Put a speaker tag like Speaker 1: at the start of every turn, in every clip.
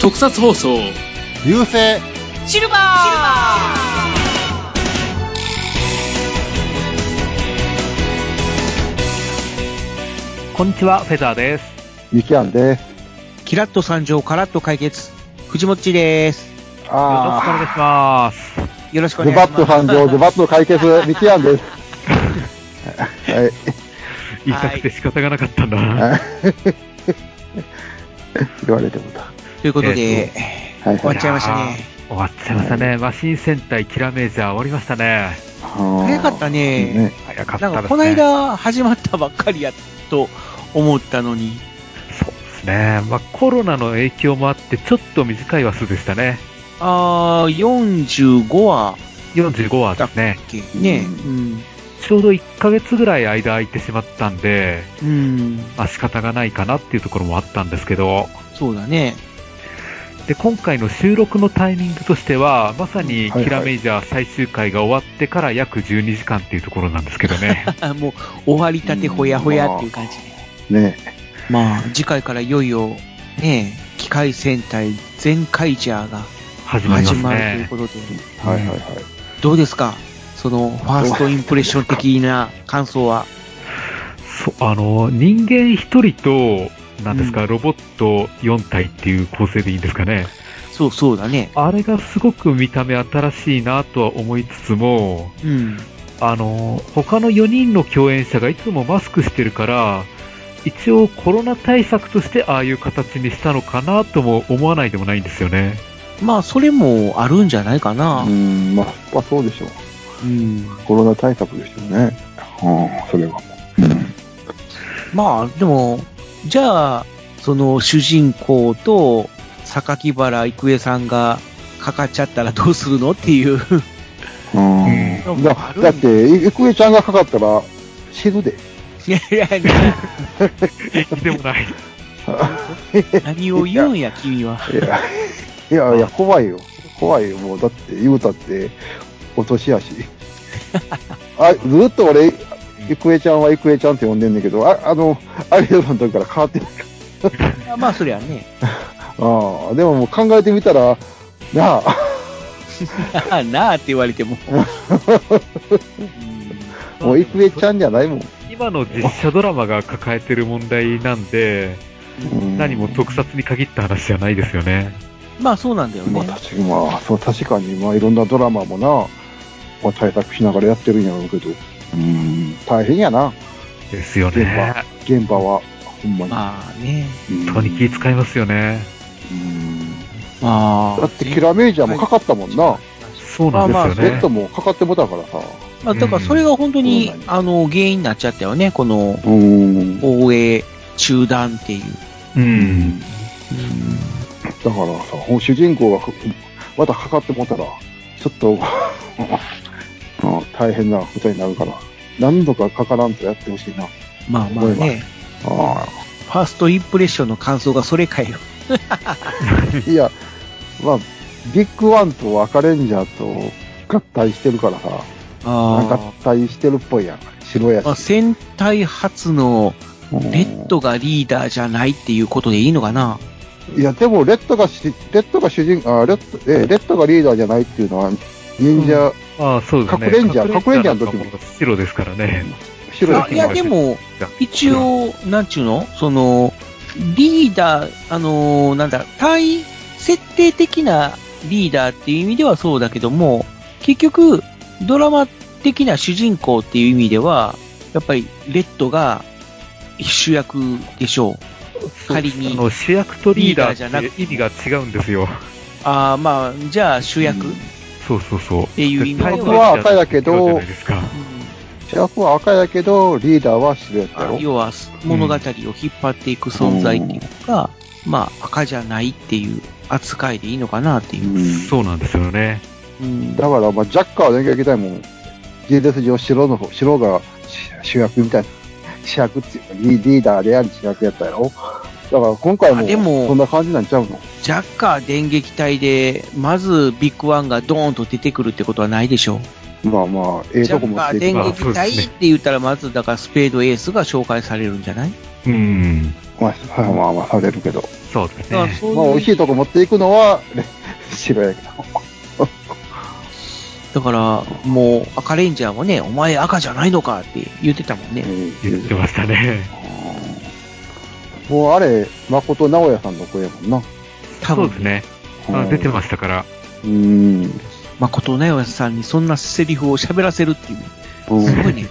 Speaker 1: 特撮放送
Speaker 2: 流星
Speaker 3: シルバーシルバ
Speaker 4: こんにちは、フェザーです。
Speaker 2: ミキアンです。
Speaker 5: キラッと参上カラッと解決。藤もっちです。
Speaker 4: よろしくお願い
Speaker 2: あ
Speaker 4: します。
Speaker 5: よろしく
Speaker 2: あ、
Speaker 5: お
Speaker 2: ズ
Speaker 5: 願
Speaker 2: バ
Speaker 5: いし
Speaker 2: ッ
Speaker 5: ます。
Speaker 2: と参上、ズバッと解決、 ミキアンです。はい。
Speaker 4: 言いたくて仕方がなかったんだ。は
Speaker 2: 言われてもだ。
Speaker 5: ということで、
Speaker 2: はい
Speaker 5: 終わ
Speaker 2: は
Speaker 5: っちゃいましたね。
Speaker 4: 終わっちゃいましたね。マシン戦隊キラメージャー終わりましたね。
Speaker 2: い。
Speaker 5: 早かったね。
Speaker 4: 早かったですね。
Speaker 5: なんかこの間始まったばっかりやと思ったのに、
Speaker 4: そうですね。まあコロナの影響もあって、ちょっと短い話数でしたね。
Speaker 5: あー、45話
Speaker 4: 45話ですね
Speaker 5: だ。っけね。うん。
Speaker 4: ちょうど1ヶ月ぐらい間空いてしまったんで、
Speaker 5: うん。
Speaker 4: まあ仕方がないかなっていうところもあったんですけど、
Speaker 5: そうだね。
Speaker 4: で、今回の収録のタイミングとしては、まさにキラメージャー最終回が終わってから約12時間っていうところなんですけどね。
Speaker 5: あもう終わりたてほやほやっていう感じで。
Speaker 2: ね
Speaker 5: まあ、次回からいよいよ、ね、機械戦隊全カイジャーが
Speaker 4: 始まりま
Speaker 5: 始
Speaker 4: す
Speaker 5: まるという
Speaker 4: ね
Speaker 5: こ。とで、
Speaker 2: はいはいはい。
Speaker 5: どうですかその、ファーストインプレッション的な感想 は。
Speaker 4: そうあの人間一人と、なんですか、
Speaker 5: う
Speaker 4: ロボット4体っていう構成でいいんですかね。
Speaker 5: そうそうだね。
Speaker 4: あれがすごく見た目新しいなとは思いつつも、
Speaker 5: うん。
Speaker 4: あの、他の4人の共演者がいつもマスクしてるから、一応コロナ対策としてああいう形にしたのかなとも思わないでもないんですよね。
Speaker 5: まあ、それもあるんじゃないかな
Speaker 2: う。ん、まあ、まあそうでしょう。
Speaker 5: うん。
Speaker 2: コロナ対策でしょうね。うん、それは。
Speaker 5: まあ、でも、じゃあ、その、主人公と、榊原郁恵さんがかかっちゃったらどうするのっていう。
Speaker 2: うん。
Speaker 5: うん
Speaker 2: だだって、いくえちゃんがかかったら、死ぬで。
Speaker 5: いやいやいや、
Speaker 4: でもない。
Speaker 5: 何を言うんや、君は。
Speaker 2: いや、いや、いや、怖いよ。怖いよ。もう、だって、言うたって、お年やし。 あ、ずっと俺、いくえちゃんはいくえちゃんって呼んでんだけど、あ、あの、アイドルの時から変わってない。
Speaker 5: まあ、そりゃね。
Speaker 2: ああ、でももう考えてみたら、なあ、
Speaker 5: なあって言われ ても。
Speaker 2: もういくえちゃんじゃないもん。
Speaker 4: 今の実写ドラマが抱えてる問題なんで、
Speaker 2: うん
Speaker 4: 何も特撮に限った話じゃないですよね。
Speaker 5: まあ、そうなんだよ
Speaker 2: まあ、
Speaker 5: ね。
Speaker 2: 確かに、まあ、そう確かに、まあ、いろんなドラマもな、まあ、対策しながらやってるんやろうけど、うん、大変やな、
Speaker 4: ですよ
Speaker 2: 現
Speaker 4: ね
Speaker 2: 場。、現場は、ほんまに。
Speaker 5: まあね。
Speaker 2: うん
Speaker 4: 本当に気遣いますよね。
Speaker 2: うん
Speaker 5: まあ。
Speaker 2: だって、キラメージャーもかかったもんな。
Speaker 4: そう
Speaker 2: ま
Speaker 4: な
Speaker 2: あ
Speaker 4: ん
Speaker 2: まあ、
Speaker 4: ですよ
Speaker 2: ベッ
Speaker 4: ね
Speaker 2: ド。もかかってもたからさ。
Speaker 5: まあ、だからそれが本当に、
Speaker 2: うん
Speaker 5: あの、原因になっちゃったよね、この、
Speaker 2: うん。だか
Speaker 5: 応援中断っていう。
Speaker 4: うん。
Speaker 2: らさ、主人公がまたかかってもたら、ちょっと、 うん大変なことになるから、何度かかからんとやってほしいな。
Speaker 5: まあまあ
Speaker 2: 思い
Speaker 5: ね、
Speaker 2: あ
Speaker 5: ファーストインプレッションの感想がそれかよ。
Speaker 2: あ。いや、まあ、ビッグワンと赤レンジャーと合体してるからさ、合
Speaker 5: あ
Speaker 2: 体してるっぽいやん。白や
Speaker 5: あ。まあ、
Speaker 2: し。
Speaker 5: 戦隊初のレッドがリーダーじゃないっていうことでいいのかな。
Speaker 2: いや、でも、レッドがし、レッドが主人、あ、レッド、え、レッドがリーダーじゃないっていうのは、忍者、
Speaker 4: まあそうですね。
Speaker 2: 隠れんじゃん
Speaker 4: なんかもう白ですからね。
Speaker 2: 白
Speaker 4: うん
Speaker 2: だ
Speaker 5: あ
Speaker 2: け
Speaker 5: い
Speaker 2: ど
Speaker 5: や、でも、一応、なんちゅうのその、リーダー、あのーなんだ、対、設定的なリーダーっていう意味ではそうだけども、結局、ドラマ的な主人公っていう意味では、やっぱり、レッドが主役でしょう。仮
Speaker 4: あ
Speaker 5: に。
Speaker 4: の主役とリーダ
Speaker 5: リーダーじゃ
Speaker 4: ー
Speaker 5: な
Speaker 4: っ
Speaker 5: く
Speaker 4: て意味が違うんですよ。
Speaker 5: ああ、まあ、じゃあ主役、
Speaker 2: うん
Speaker 4: そうそうそう。って
Speaker 5: いう意味では
Speaker 2: 僕は赤やけど
Speaker 4: じゃないですか。
Speaker 2: 主役は赤やけど、リーダーは白やった
Speaker 5: あ
Speaker 2: ろ。
Speaker 5: 要は物語を引っ張っていく存在っていうか、まあ、赤じゃないっていう扱いでいいのかなっていう。
Speaker 4: そうなんですよね。
Speaker 5: うん
Speaker 2: だから、まあ、ジャッカーはきたいもん。事実上、白の方、白が主主役みたいな。主役っていうか、リリーダーであり主役やったやろ。だから今回
Speaker 5: あでも
Speaker 2: もそんな感じなんちゃうの
Speaker 5: ジャッカー電撃隊で、まずビッグワンがドーンと出てくるってことはないでしょう。
Speaker 2: まあまあ、ええ
Speaker 5: ジ
Speaker 2: と
Speaker 5: ャ
Speaker 2: こ
Speaker 5: ッ
Speaker 2: 持っ
Speaker 5: カー
Speaker 2: てい
Speaker 5: 電
Speaker 2: くな。
Speaker 5: 撃隊って言ったら、まずだからスペードエースが紹介されるんじゃない
Speaker 4: うん。
Speaker 2: まあ、まあまあまあ、されるけど。
Speaker 4: そうです
Speaker 5: だから
Speaker 4: ね。
Speaker 5: そう
Speaker 2: まあ、美味
Speaker 5: い
Speaker 2: し
Speaker 5: う
Speaker 2: いとこ持っていくのは、ね白やけど。
Speaker 5: だから、もう赤レンジャーもね、お前赤じゃないのかって言ってたもんね。
Speaker 4: 言ってましたね。
Speaker 2: もうあれ、誠直哉さんの声やもんな。
Speaker 4: そ
Speaker 5: 多
Speaker 4: う
Speaker 5: 分
Speaker 4: ですね。あ出てましたから。
Speaker 2: す。うん。うん
Speaker 5: 誠直哉さんにそんなセリフを喋らせるっていう、すごいね。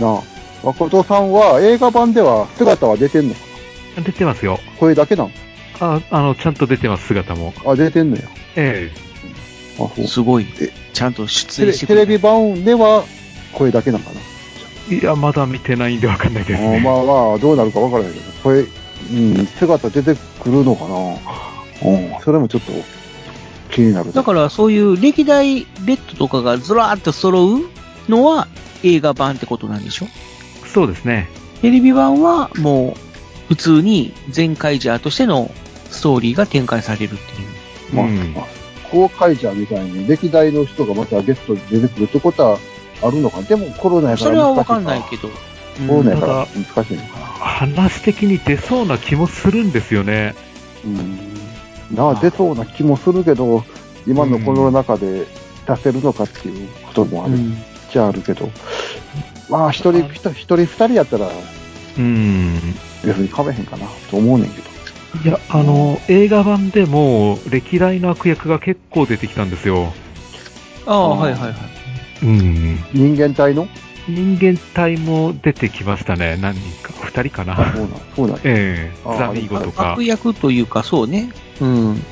Speaker 2: なあ。誠さんは映画版では姿は出てんの
Speaker 4: 出てますよ。
Speaker 2: 声だけなの
Speaker 4: あ、あの、ちゃんと出てます、姿も。
Speaker 2: あ、出てんのよ。
Speaker 4: え
Speaker 2: あ、そう。
Speaker 5: すごい
Speaker 2: え。
Speaker 5: ちゃんと出
Speaker 2: テ
Speaker 5: 演
Speaker 2: レ
Speaker 5: して
Speaker 2: テレビ版では声だけなのかな。
Speaker 4: え。いや、まだ見てないんでわかんないです
Speaker 2: あー
Speaker 4: ね。
Speaker 2: まあまあ、どうなるかわからないけど、声、うん、姿出てくるのかな。うん、それもちょっと気になる。
Speaker 5: だからそういう歴代レッドとかがずらーっと揃うのは映画版ってことなんでしょ
Speaker 4: そうですね。
Speaker 5: テレビ版はもう普通に全カイジャーとしてのストーリーが展開されるっていう。
Speaker 2: まあ、
Speaker 4: うん
Speaker 2: 公開者みたいに歴代の人がまたゲストで出てくるってことはあるのか。でもコロナやか
Speaker 5: そ
Speaker 2: ら
Speaker 5: れはわ
Speaker 2: 難し
Speaker 5: かんないけど。
Speaker 2: コロナ
Speaker 5: うん
Speaker 2: やか
Speaker 4: ま
Speaker 2: ら難しいのかな。
Speaker 4: 話的に出そうな気もするんですよね。
Speaker 2: うん。なあ、出そうな気もするけど、今のコロナ禍で出せるのかっていうこともあるっ
Speaker 5: うん
Speaker 2: ちゃあるけど、まあ、一人、一人、一人二人やったら、
Speaker 4: うん。
Speaker 2: 別にかめへんかなと思うねんけど。
Speaker 4: いや、あの、映画版でも、歴代の悪役が結構出てきたんですよ。
Speaker 5: ああ、はいはいはい。
Speaker 4: うん。
Speaker 2: 人間体の
Speaker 4: 人間体も出てきましたね。何人か。二人か
Speaker 2: あ
Speaker 4: な
Speaker 2: そ。うなん、そうなんや。
Speaker 4: ええ
Speaker 2: あ
Speaker 4: ザミーゴとか
Speaker 5: 悪。役というかそうね。うん。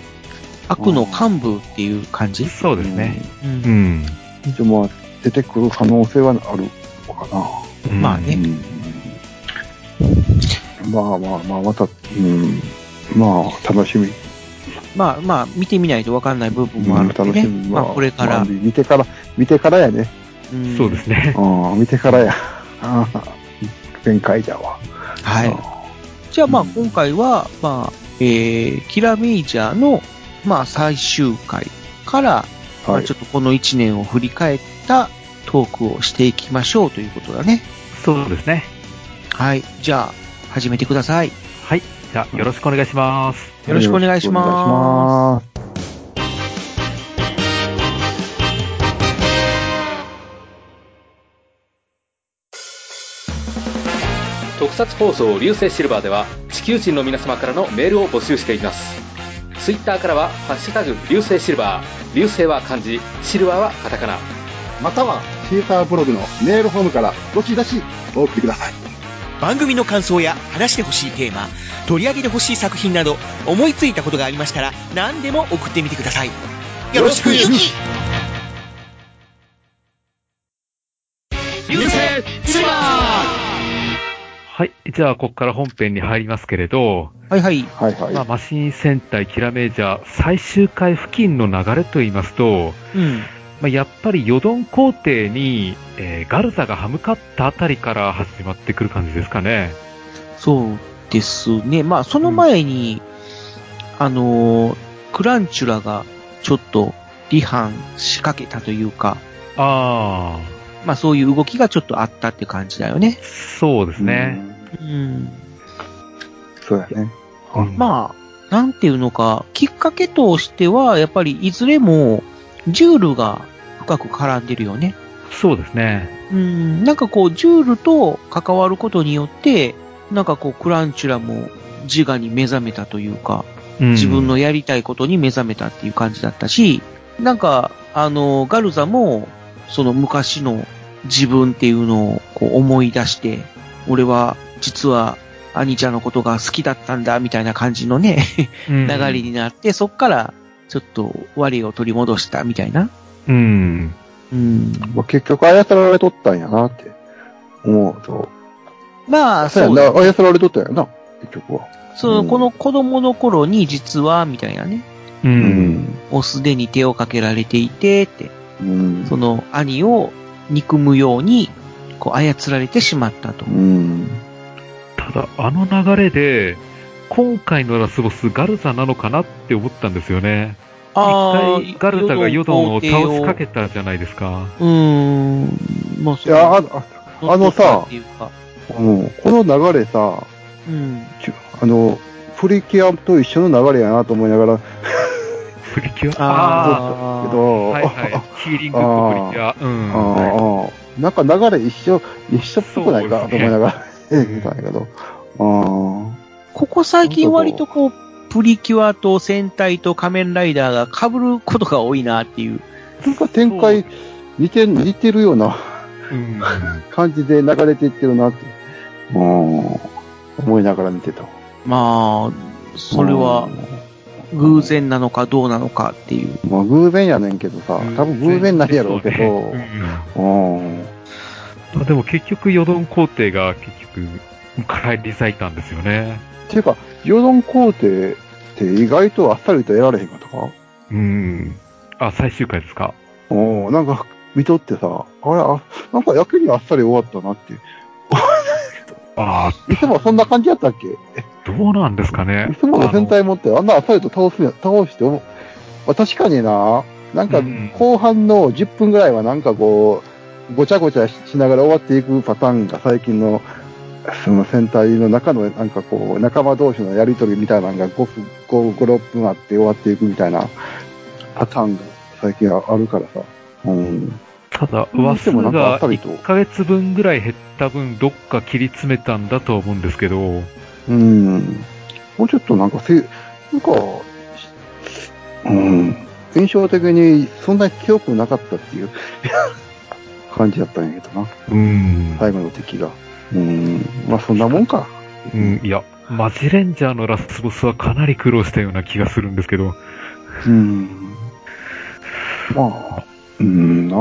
Speaker 5: 悪の幹部っていう感じ。
Speaker 4: そうですね。
Speaker 5: うん
Speaker 4: うん。
Speaker 2: うん。でも、出てくる可能性はあるのかな。
Speaker 4: うん
Speaker 5: まあね
Speaker 2: うんまあまあまあ、また、うん、まあ、楽しみ。
Speaker 5: まあまあ、見てみないとわかんない部分もあるんで
Speaker 2: 楽
Speaker 5: ね。
Speaker 2: しみ。
Speaker 5: まあこれか
Speaker 2: まあ
Speaker 5: ら。
Speaker 2: 見てから、見てからやね。
Speaker 5: ん
Speaker 4: そうですね。
Speaker 2: うん、見てからや。 ああ、展開だわ。
Speaker 5: はい。じゃあまあ今回は、まあ、えー、キラメイジャーの、まあ最終回から、ま
Speaker 2: は
Speaker 5: あ
Speaker 2: い。
Speaker 5: ちょ。っとこの1年を振り返ったトークをしていきましょうということだね。
Speaker 4: そうですね。
Speaker 5: はい。じゃあ、始めてください。
Speaker 4: はい。じゃあ、よろしくお願いします。
Speaker 5: よろしくお願いします
Speaker 1: 特撮放送流星シルバーでは地球人の皆様からのメールを募集していますツイッターからは「ハッシュタグ流星シルバー」流星は漢字シルバーはカタカナ
Speaker 2: または、シーサーブログのメールフォームから、どしどし、お送りください。
Speaker 6: 番組の感想や話してほしいテーマ取り上げてほしい作品など思いついたことがありましたら何でも送ってみてくださいよろしく流星シルバ
Speaker 4: はい。じゃあ、ここから本編に入りますけれど、
Speaker 5: はいはい。
Speaker 2: はいはい。
Speaker 4: まあ、マシン戦隊キラメージャー最終回付近の流れと言いますと、
Speaker 5: うん。
Speaker 4: まあ、やっぱりヨドン皇帝に、えーガルザが歯向かったあたりから始まってくる感じですかね。
Speaker 5: そうですね。まあその前に、あのークランチュラがちょっと離反仕掛けたというか、
Speaker 4: あ
Speaker 5: まあそういう動きがちょっとあったって感じだよね
Speaker 4: あ、。そうですね。
Speaker 2: うん。
Speaker 5: うん。
Speaker 2: そうやね。
Speaker 4: うん
Speaker 5: まあ、なんていうのか、きっかけとしては、やっぱりいずれも、ジュールが深く絡んでるよね。
Speaker 4: そうですね。
Speaker 5: うん、なんかこう、ジュールと関わることによって、なんかこう、クランチュラも自我に目覚めたというか、
Speaker 4: うん
Speaker 5: 自分のやりたいことに目覚めたっていう感じだったし、なんか、あの、ガルザも、その昔の自分っていうのをこう思い出して、俺は実は兄ちゃんのことが好きだったんだみたいな感じのね、
Speaker 4: 流
Speaker 5: 流れになって、そっからちょっと我を取り戻したみたいな。
Speaker 4: うん。
Speaker 5: うん。
Speaker 2: まあ、結局、操られとったんやなって思うと。
Speaker 5: まあ、
Speaker 2: そうや
Speaker 5: そ
Speaker 2: ん
Speaker 5: う
Speaker 2: な。
Speaker 5: だ。
Speaker 2: 操られとったんやな、結局は。
Speaker 5: そうの、
Speaker 2: ん
Speaker 5: この子供の頃に実は、みたいなね。
Speaker 4: う。。
Speaker 2: うん
Speaker 5: もうすでに手をかけられていて、って、
Speaker 2: うん。
Speaker 5: その兄を憎むように、こう操られてしまったと
Speaker 2: う。ん。
Speaker 4: ただ、あの流れで、今回のラスボスガルザなのかなって思ったんですよね。
Speaker 5: あ
Speaker 4: 一回ガルザがヨドンを倒しかけたじゃないですか。
Speaker 5: うーん。まあ、
Speaker 2: いや、あの、あのさ
Speaker 5: っていうか
Speaker 2: うん、この流れさ、
Speaker 5: うん。
Speaker 2: ちゅあの、プリキュアと一緒の流れやなと思いながら、
Speaker 4: プリキュア。あ
Speaker 5: あ
Speaker 2: け
Speaker 5: ー
Speaker 4: あ。
Speaker 2: ど、
Speaker 4: はいはい。ヒーリングとプリキュア。うん。
Speaker 2: ああ、なんか流れ一緒、一緒っぽくないか、
Speaker 4: そうで
Speaker 2: と
Speaker 4: すね
Speaker 2: 思いながら、ええ、見たんやけど。あ
Speaker 5: ここ最近割とこう、プリキュアと戦隊と仮面ライダーが被ることが多いなっていう。
Speaker 2: あ、なんか展開、似て、似てるような
Speaker 4: うん。
Speaker 2: 感じで流れていってるなって、うん、思いながら見てた。
Speaker 5: まあ、それは偶然なのかどうなのかっていう。
Speaker 2: うん。まあ偶然やねんけどさ、多分偶然ないやろうけど、うん。
Speaker 4: まあでも結局、ヨドン皇帝が結局、帰り咲いたんですよね。
Speaker 2: ていうか、ヨドン皇帝って意外とあっさりと得られへんかったか
Speaker 4: うん。あ、最終回ですか。
Speaker 2: おなんか見とってさ、あれ、あなんかやけにあっさり終わったなって。
Speaker 4: あ
Speaker 2: いつもそんな感じやったっけ
Speaker 4: あ、どうなんですかね
Speaker 2: い。つもの戦隊持ってあんなあっさりと倒すんや倒してお、まあ確かにな、なんか
Speaker 4: うん
Speaker 2: 後半の10分ぐらいはなんかこう、ごちゃごちゃしながら終わっていくパターンが最近の、その戦隊の中のなんかこう、仲間同士のやりとりみたいなのが5、5、6分あって終わっていくみたいなパターンが最近あるからさ。うん。
Speaker 4: ただ、
Speaker 2: うん
Speaker 4: 話数
Speaker 2: でもなんかあ
Speaker 4: が
Speaker 2: ったりと
Speaker 4: 1ヶ月分ぐらい減った分、どっか切り詰めたんだと思うんですけど、
Speaker 2: うん。もうちょっとなんかせ、なんか、うん。印象的にそんなに強くなかったっていう 感じだったんやけどな。
Speaker 4: うん。
Speaker 2: 最後の敵が。うん。まあそんなもんか。
Speaker 4: うん、いや、マジレンジャーのラスボスはかなり苦労したような気がするんですけど、
Speaker 2: うん。まあ、うんなあ。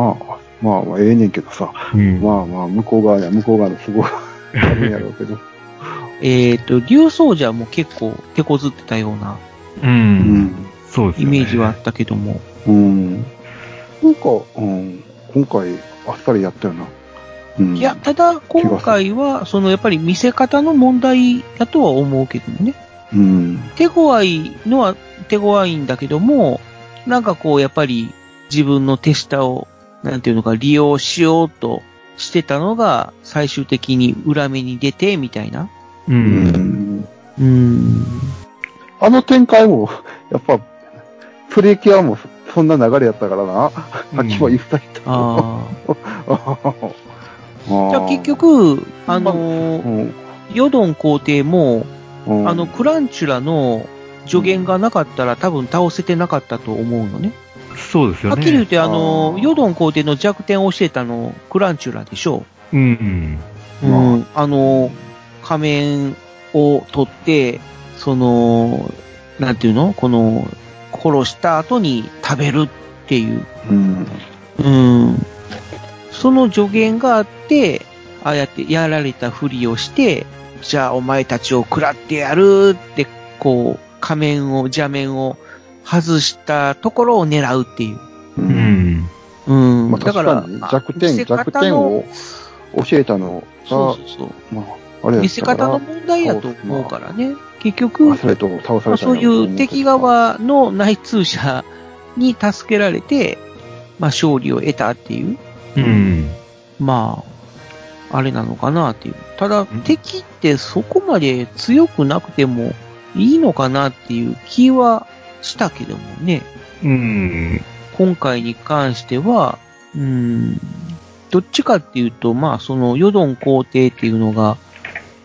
Speaker 2: まあまあええねんけどさ。
Speaker 4: うん。
Speaker 2: まあまあ向こう側や向こう側のすごい あるんやろうけど。
Speaker 5: えっ、と、竜奏者も結構手こずってたような
Speaker 4: う。
Speaker 2: うんん。
Speaker 4: そうです
Speaker 5: イ
Speaker 4: よね。
Speaker 5: メージはあったけども。
Speaker 2: うん。なんか、うん。今回あっさりやったよな。うん。
Speaker 5: いや、ただ今回は、そのやっぱり見せ方の問題だとは思うけどね。
Speaker 2: うん。
Speaker 5: 手強いのは手強いんだけども、なんかこう、やっぱり自分の手下を、なんていうのか、利用しようとしてたのが、最終的に裏目に出て、みたいな。
Speaker 4: う。
Speaker 2: うんん
Speaker 5: うーん。
Speaker 2: あの展開も、 やっぱ、プレキュアもそそんな流れやったからな。さ
Speaker 4: うん
Speaker 2: っきも言ったけど。
Speaker 5: あ
Speaker 2: あ
Speaker 5: あ。
Speaker 2: ー
Speaker 5: じゃあ結、局、あの
Speaker 2: う
Speaker 5: ー
Speaker 2: ん
Speaker 5: ヨドン皇帝も、
Speaker 2: うん
Speaker 5: あの、クランチュラの助言がなかったら多分倒せてなかったと思うのね。
Speaker 4: そうです
Speaker 5: は
Speaker 4: よ
Speaker 5: っきり言っ
Speaker 4: ね。
Speaker 5: て、あの
Speaker 2: あ
Speaker 5: ー
Speaker 2: ー
Speaker 5: ヨドン皇帝の弱点を教えたの、クランチュラでしょ
Speaker 4: うん。
Speaker 5: うん、あの、仮面を取って、その、なんていうのこの、殺した後に食べるっていう。
Speaker 2: うん。
Speaker 5: うん。その助言があって、ああやってやられたふりをして、じゃあお前たちを食らってやるって、こう、仮面を、邪面を外したところを狙うっていう。
Speaker 2: う。
Speaker 4: うんん。
Speaker 5: うん。
Speaker 2: まあ、
Speaker 5: だか
Speaker 2: 確
Speaker 5: ら
Speaker 2: かに、弱
Speaker 5: 見せ
Speaker 2: 点、
Speaker 5: 方の
Speaker 2: 弱点を教えたの
Speaker 5: そ
Speaker 2: が
Speaker 5: う、そうそう。
Speaker 2: まあ、あれや
Speaker 5: 見
Speaker 2: っ
Speaker 5: せ
Speaker 2: たか
Speaker 5: 方の
Speaker 2: ら、
Speaker 5: 問題やと思うからね。結局、
Speaker 2: 忘れと倒さ
Speaker 5: まあ
Speaker 2: れた
Speaker 5: そういう敵側の内通者に助けられて、まあ、勝利を得たっていう、
Speaker 4: うん。
Speaker 5: まあ、あれなのかなっていう。ただ
Speaker 4: ん、
Speaker 5: 敵ってそこまで強くなくてもいいのかなっていう気はしたけどもね。
Speaker 4: うん。
Speaker 5: 今回に関しては、うーん、どっちかっていうと、まあ、その、ヨドン皇帝っていうのが、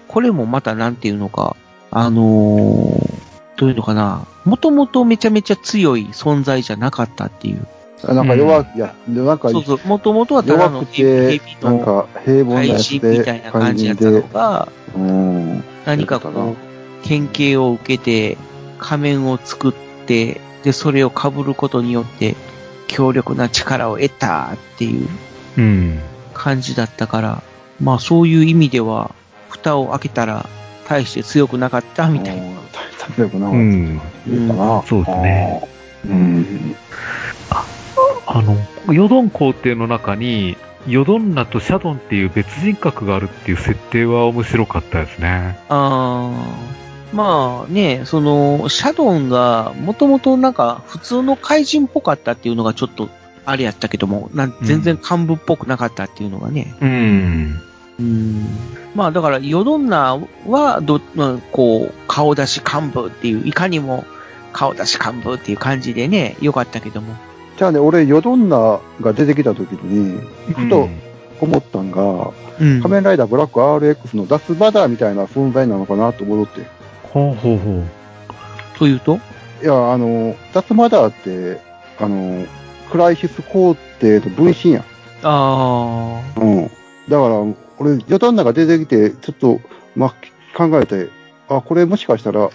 Speaker 5: これもまたなんていうのか、あのーどういうのかな、もともとめちゃめちゃ強い存在じゃなかったっていう。
Speaker 2: あなんか弱、いや、なんか
Speaker 5: そうそう、もともとはただ
Speaker 2: 弱
Speaker 5: の
Speaker 2: くて
Speaker 5: ヘビ、
Speaker 2: なん
Speaker 5: の
Speaker 2: か平凡なや
Speaker 5: 怪
Speaker 2: つ
Speaker 5: 人
Speaker 2: で、
Speaker 5: みたいな感じやったのが、
Speaker 2: うん。
Speaker 5: 何かこう、研究を受けて、仮面を作って、で、それを被ることによって、強力な力を得たっていう。
Speaker 4: うん。
Speaker 5: 感じだったから、まあそういう意味では、蓋を開けたら大して強くなかったみたいな。
Speaker 2: な。例えばな、
Speaker 4: う
Speaker 2: うん、
Speaker 4: ん。
Speaker 2: 言うかな。
Speaker 4: そうですね。
Speaker 2: うん。
Speaker 4: あの、ヨドン皇帝の中に、ヨドンナとシャドンっていう別人格があるっていう設定は面白かったですね。
Speaker 5: あまあね、その、シャドンが、もともとなんか、普通の怪人っぽかったっていうのがちょっと、あれやったけども、なん
Speaker 4: うん
Speaker 5: 全然幹部っぽくなかったっていうのがね。
Speaker 4: うん。
Speaker 5: うん。まあだから、ヨドンナは、ど、まあこう、顔出し幹部っていう、いかにも顔出し幹部っていう感じでね、良かったけども。
Speaker 2: じゃあね、俺、ヨドンナが出てきた時に、ふと思ったんが、
Speaker 5: うん。
Speaker 2: 仮面ライダーブラック RX の脱バダーみたいな存在なのかなと思って。
Speaker 4: ほうほうほう。
Speaker 5: というと
Speaker 2: いや、あの、脱マダーって、あの、クライシス皇帝の分身や。
Speaker 5: ああ。
Speaker 2: うん。だから、俺、ヨドンナが出てきて、ちょっと、まあ、考えて、あ、これもしかしたら、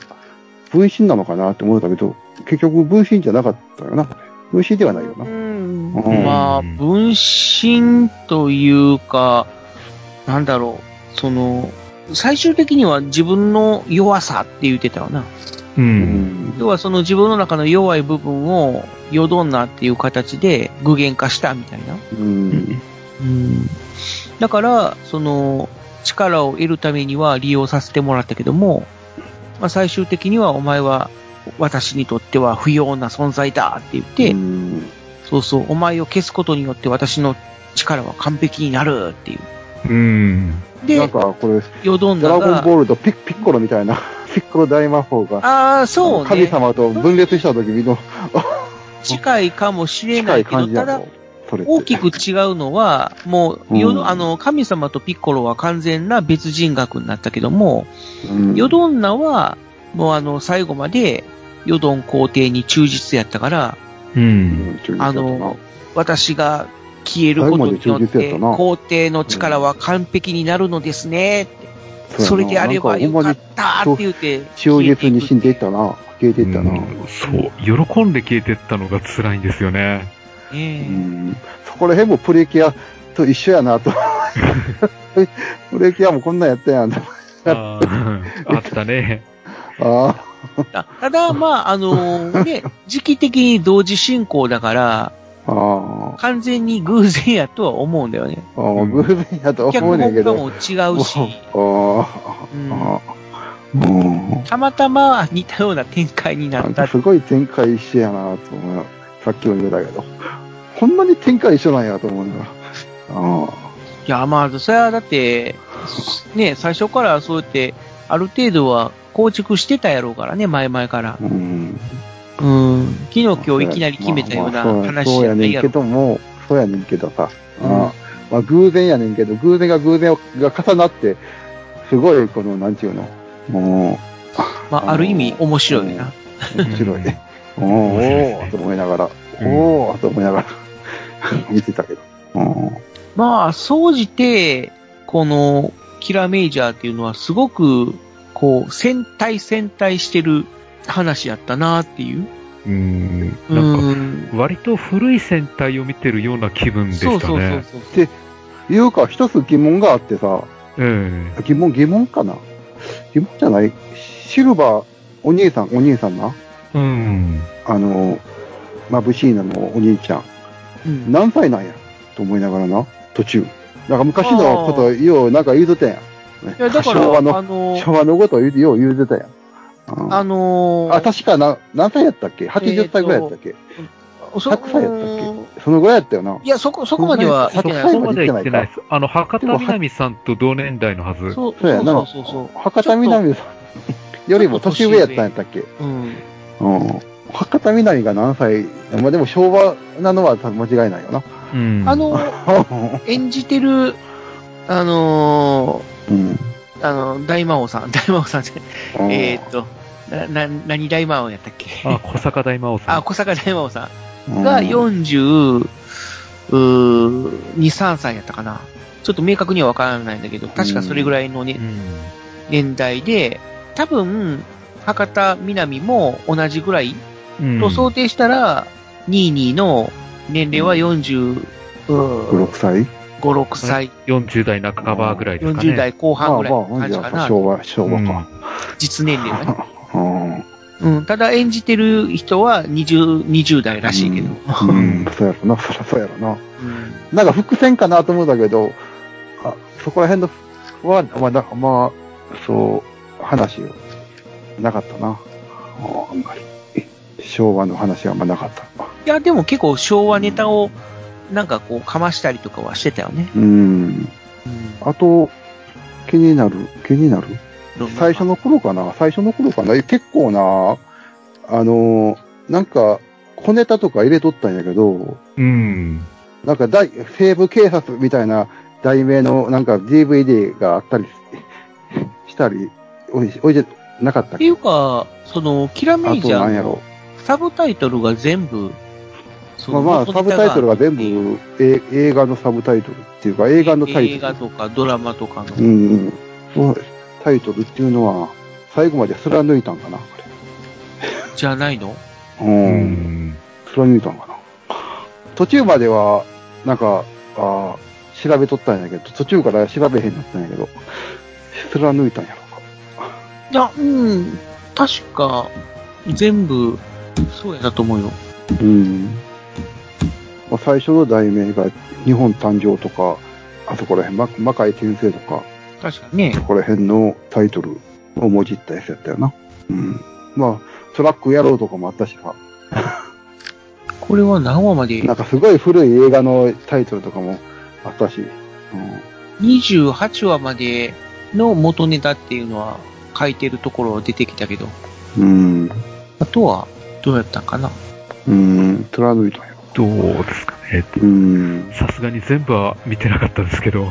Speaker 2: 分身なのかなって思ったけど、結局分身じゃなかったよな。分身ではないよな。
Speaker 5: うん
Speaker 2: うん
Speaker 5: まあ、分身というか、なんだろう、その、最終的には自分の弱さって言ってたよな。
Speaker 4: う。
Speaker 2: うんん。
Speaker 5: 要はその自分の中の弱い部分を、よどんなっていう形で具現化したみたいな。
Speaker 2: うん。
Speaker 5: うん。だから、その、力を得るためには利用させてもらったけども、まあ最終的にはお前は私にとっては不要な存在だって言って、
Speaker 2: うん
Speaker 5: そうそう、お前を消すことによって私の力は完璧になるっていう。
Speaker 4: うん。
Speaker 2: な
Speaker 5: で
Speaker 2: ん、か、これ、
Speaker 5: よどん
Speaker 2: ド
Speaker 5: だ
Speaker 2: ラゴン
Speaker 5: が、
Speaker 2: ボールとピッピッコロみたいな、 ピッコロ大魔法が、
Speaker 5: ああ、そう
Speaker 2: 神
Speaker 5: ね。
Speaker 2: 様と分裂した時の
Speaker 5: 近いかもしれな
Speaker 2: 近
Speaker 5: い
Speaker 2: い
Speaker 5: けど、
Speaker 2: 感じ
Speaker 5: た
Speaker 2: や
Speaker 5: だ
Speaker 2: ろ、、それって
Speaker 5: 大きく違うのは、もう、よ
Speaker 2: う
Speaker 5: ど
Speaker 2: ん
Speaker 5: あの、神様とピッコロは完全な別人格になったけども、
Speaker 2: うん
Speaker 5: ヨドンナは、もうあの、最後まで、ヨドン皇帝に忠実やったから、
Speaker 4: う。
Speaker 2: うんん忠実や
Speaker 5: あ
Speaker 2: ったな
Speaker 5: の、私が消えることによっ、
Speaker 2: 最後まで忠実やってたな
Speaker 5: 皇帝の力は完璧になるのですね、
Speaker 2: うやな
Speaker 5: それであればよか
Speaker 2: なん
Speaker 5: っ
Speaker 2: か
Speaker 5: たって言って、
Speaker 2: 忠実に死んでいったな、消えていったな。
Speaker 4: うんそう。喜んで消えてったのが辛いんですよね。
Speaker 2: う
Speaker 5: ね
Speaker 2: んそこら辺もプレキュアと一緒やなと。 プレキュアもこんなんやったやんと。
Speaker 4: あーあったね。
Speaker 2: あ
Speaker 5: たただ、まあ、あの ーね、時期的に同時進行だから、
Speaker 2: あ、あ
Speaker 5: 完全に偶然やとは思うんだよね。
Speaker 2: あ、偶然やと
Speaker 5: 脚
Speaker 2: 思う
Speaker 5: 本
Speaker 2: ねん
Speaker 5: 家
Speaker 2: けど。
Speaker 5: も違うし、
Speaker 2: あ
Speaker 5: うん
Speaker 2: あ、うん。
Speaker 5: たまたま似たような展開にな
Speaker 2: なん
Speaker 5: った
Speaker 2: か。すごい展開一緒やなと思う。さっきも言ったけど。こんなに展開一緒なんやと思うな。あ
Speaker 5: いや、まあ、それはだって、ね、最初からそうやって、ある程度は構築してたやろうからね、前々から
Speaker 2: あ、。うん。
Speaker 5: うん。昨日今日いきなり決めたような
Speaker 2: まあまあそ
Speaker 5: 話
Speaker 2: う
Speaker 5: や
Speaker 2: や
Speaker 5: った
Speaker 2: ね
Speaker 5: や
Speaker 2: んけ
Speaker 5: ろ。
Speaker 2: ども、そうやねんけどさ。
Speaker 5: うん
Speaker 2: ああまあ偶然やねんけど、偶然が偶然が重なって、すごい、この、なんちゅうの、も
Speaker 5: まあ、ある意味面白いな。
Speaker 2: う、面白い。
Speaker 4: 面白
Speaker 2: おー
Speaker 4: いです
Speaker 2: お
Speaker 4: ね
Speaker 2: ーと思いながら、
Speaker 4: うん
Speaker 2: おーと思いながら、 見てたけど。うん
Speaker 5: まあ、総じて、この、キラーメイジャーっていうのはすごく、こう、戦隊戦隊してる話やったなっていう。
Speaker 4: うん。
Speaker 5: う
Speaker 4: なんか、
Speaker 5: ん。
Speaker 4: 割と古い戦隊を見てるような気分でした
Speaker 5: そ
Speaker 4: ね。
Speaker 5: うそうそうそう。
Speaker 2: で、いうか、一つ疑問があってさ、
Speaker 4: え
Speaker 2: 疑問、疑問かな疑問じゃないシルバー、お兄さん、お兄さんな
Speaker 4: えうん。
Speaker 2: あの、マブシーナのお兄ちゃん。
Speaker 5: うん
Speaker 2: 何歳なんやと思いながらな、途中。なんか昔のこと、よう、なんか言うてたやん。ね
Speaker 5: いや、だから、
Speaker 2: 昭和
Speaker 5: あ
Speaker 2: の、
Speaker 5: の、
Speaker 2: 昭和のことを言うて、よう言うてたやん。うん
Speaker 5: あのー、
Speaker 2: あ、確かな、何歳やったっけ
Speaker 5: えー
Speaker 2: ?80
Speaker 5: と
Speaker 2: 歳ぐらいやったっけ、
Speaker 5: そ
Speaker 2: ?100 歳やったっけそのぐらいやったよな。
Speaker 5: いや、そこ、そこまでは
Speaker 2: そ
Speaker 5: い
Speaker 2: こ
Speaker 5: け
Speaker 2: まで
Speaker 5: な
Speaker 4: そ
Speaker 5: い。
Speaker 4: こまでは行ってないです。あの、博
Speaker 2: でも
Speaker 4: 多
Speaker 2: は
Speaker 4: 南さんと同年代のはず。
Speaker 5: そう
Speaker 2: そうやな。
Speaker 5: そうそうそう。
Speaker 2: 博多南さんよりも年上やったんやったっけ
Speaker 5: うん。
Speaker 2: うん。博多南が何歳まあでも昭和なのは多分間違いないよ な。
Speaker 4: うん。
Speaker 5: あ、の、演じてる、あの
Speaker 2: うん。
Speaker 5: ー、あの、大魔王さん、大魔王さんじゃ
Speaker 2: うん
Speaker 5: ない、えーっと、な、な、何大魔王やったっけ
Speaker 4: あ、小坂大魔王さん。
Speaker 5: あ、小坂大魔王さ
Speaker 2: うん
Speaker 5: んが42、3歳やったかな。ちょっと明確にはわからないんだけど、確かそれぐらいのね、
Speaker 4: うん。
Speaker 5: 年代で、多分、博多南も同じぐらい
Speaker 4: うん
Speaker 5: と想定したら、22の年齢は40、うん、
Speaker 2: 6歳
Speaker 5: 5、6歳、
Speaker 4: 40代半ばぐらいですかね。
Speaker 5: 40代後半ぐらいの感じ
Speaker 2: まあ
Speaker 5: か
Speaker 2: まあ、
Speaker 5: な、
Speaker 2: 昭和、昭和か。
Speaker 5: 実年齢はね。
Speaker 2: うん。
Speaker 5: うん、ただ演じてる人は20、20代らしいけど。
Speaker 2: うん、うん そうやろな、そらそうやろな。
Speaker 5: うん
Speaker 2: なんか伏線かなと思うんだけど、あそこら辺のは、まあ、なまあ、そう、話をなかったな。ああんまり。昭和の話はあんまなかったな。
Speaker 5: いや、でも結構昭和ネタを、なんかこう、かましたりとかはしてたよね。
Speaker 2: うん。
Speaker 5: うん
Speaker 2: あと、気になる、気になる最初。の頃かな最初の頃かな結構な、あのーなんか、小ネタとか入れとったんやけど、
Speaker 4: うん。
Speaker 2: なんか大、西部警察みたいな題名のなんか DVD があったりし したり、おい、おいで、なかったっ
Speaker 5: っ
Speaker 2: てけ
Speaker 5: いうか、その、キラメ
Speaker 2: あ
Speaker 5: イ
Speaker 2: と
Speaker 5: ジャ
Speaker 2: なん
Speaker 5: ー
Speaker 2: やろ
Speaker 5: のサブタイトルが全部、そ
Speaker 2: まあ
Speaker 5: の
Speaker 2: まあ、
Speaker 5: 元
Speaker 2: サ
Speaker 5: ネ
Speaker 2: ブタイトルが全
Speaker 5: あるっ
Speaker 2: 部、え映画のサブタイトルっていうか、
Speaker 5: ていう
Speaker 2: 映画のタイ
Speaker 5: 映
Speaker 2: ト
Speaker 5: 画
Speaker 2: ル。
Speaker 5: とかドラマとかの。
Speaker 2: うん。そうですタイトルっていうのは、最後まで貫いたんかな、こ
Speaker 5: じゃないの
Speaker 2: れ
Speaker 4: う
Speaker 2: うん
Speaker 4: ん。
Speaker 2: 貫いたんかな。途中までは、なんか、あー調べとったんやけど、途中から調べへんなったんやけど、貫いたんやろ
Speaker 5: いや、うん、確か、全部、そうやなと思うよ。
Speaker 2: うか。うん。まあ、最初の題名が、日本誕生とか、あそこらへん、ま、魔界転生とか、
Speaker 5: 確かにね
Speaker 2: そ。こら辺のタイトルをもじったやつやったよな。うん。まあ、トラック野郎とかもあったしさ、
Speaker 5: これは何話まで
Speaker 2: なんかすごい古い映画のタイトルとかもあったし、うん。
Speaker 5: 28話までの元ネタっていうのは書いてるところは出てきたけど、
Speaker 2: うん。
Speaker 5: あとはどうやったんかな
Speaker 2: うん。貫いたんやろ。
Speaker 4: どうですかね。
Speaker 2: うん。
Speaker 4: さすがに全部は見てなかったんですけど。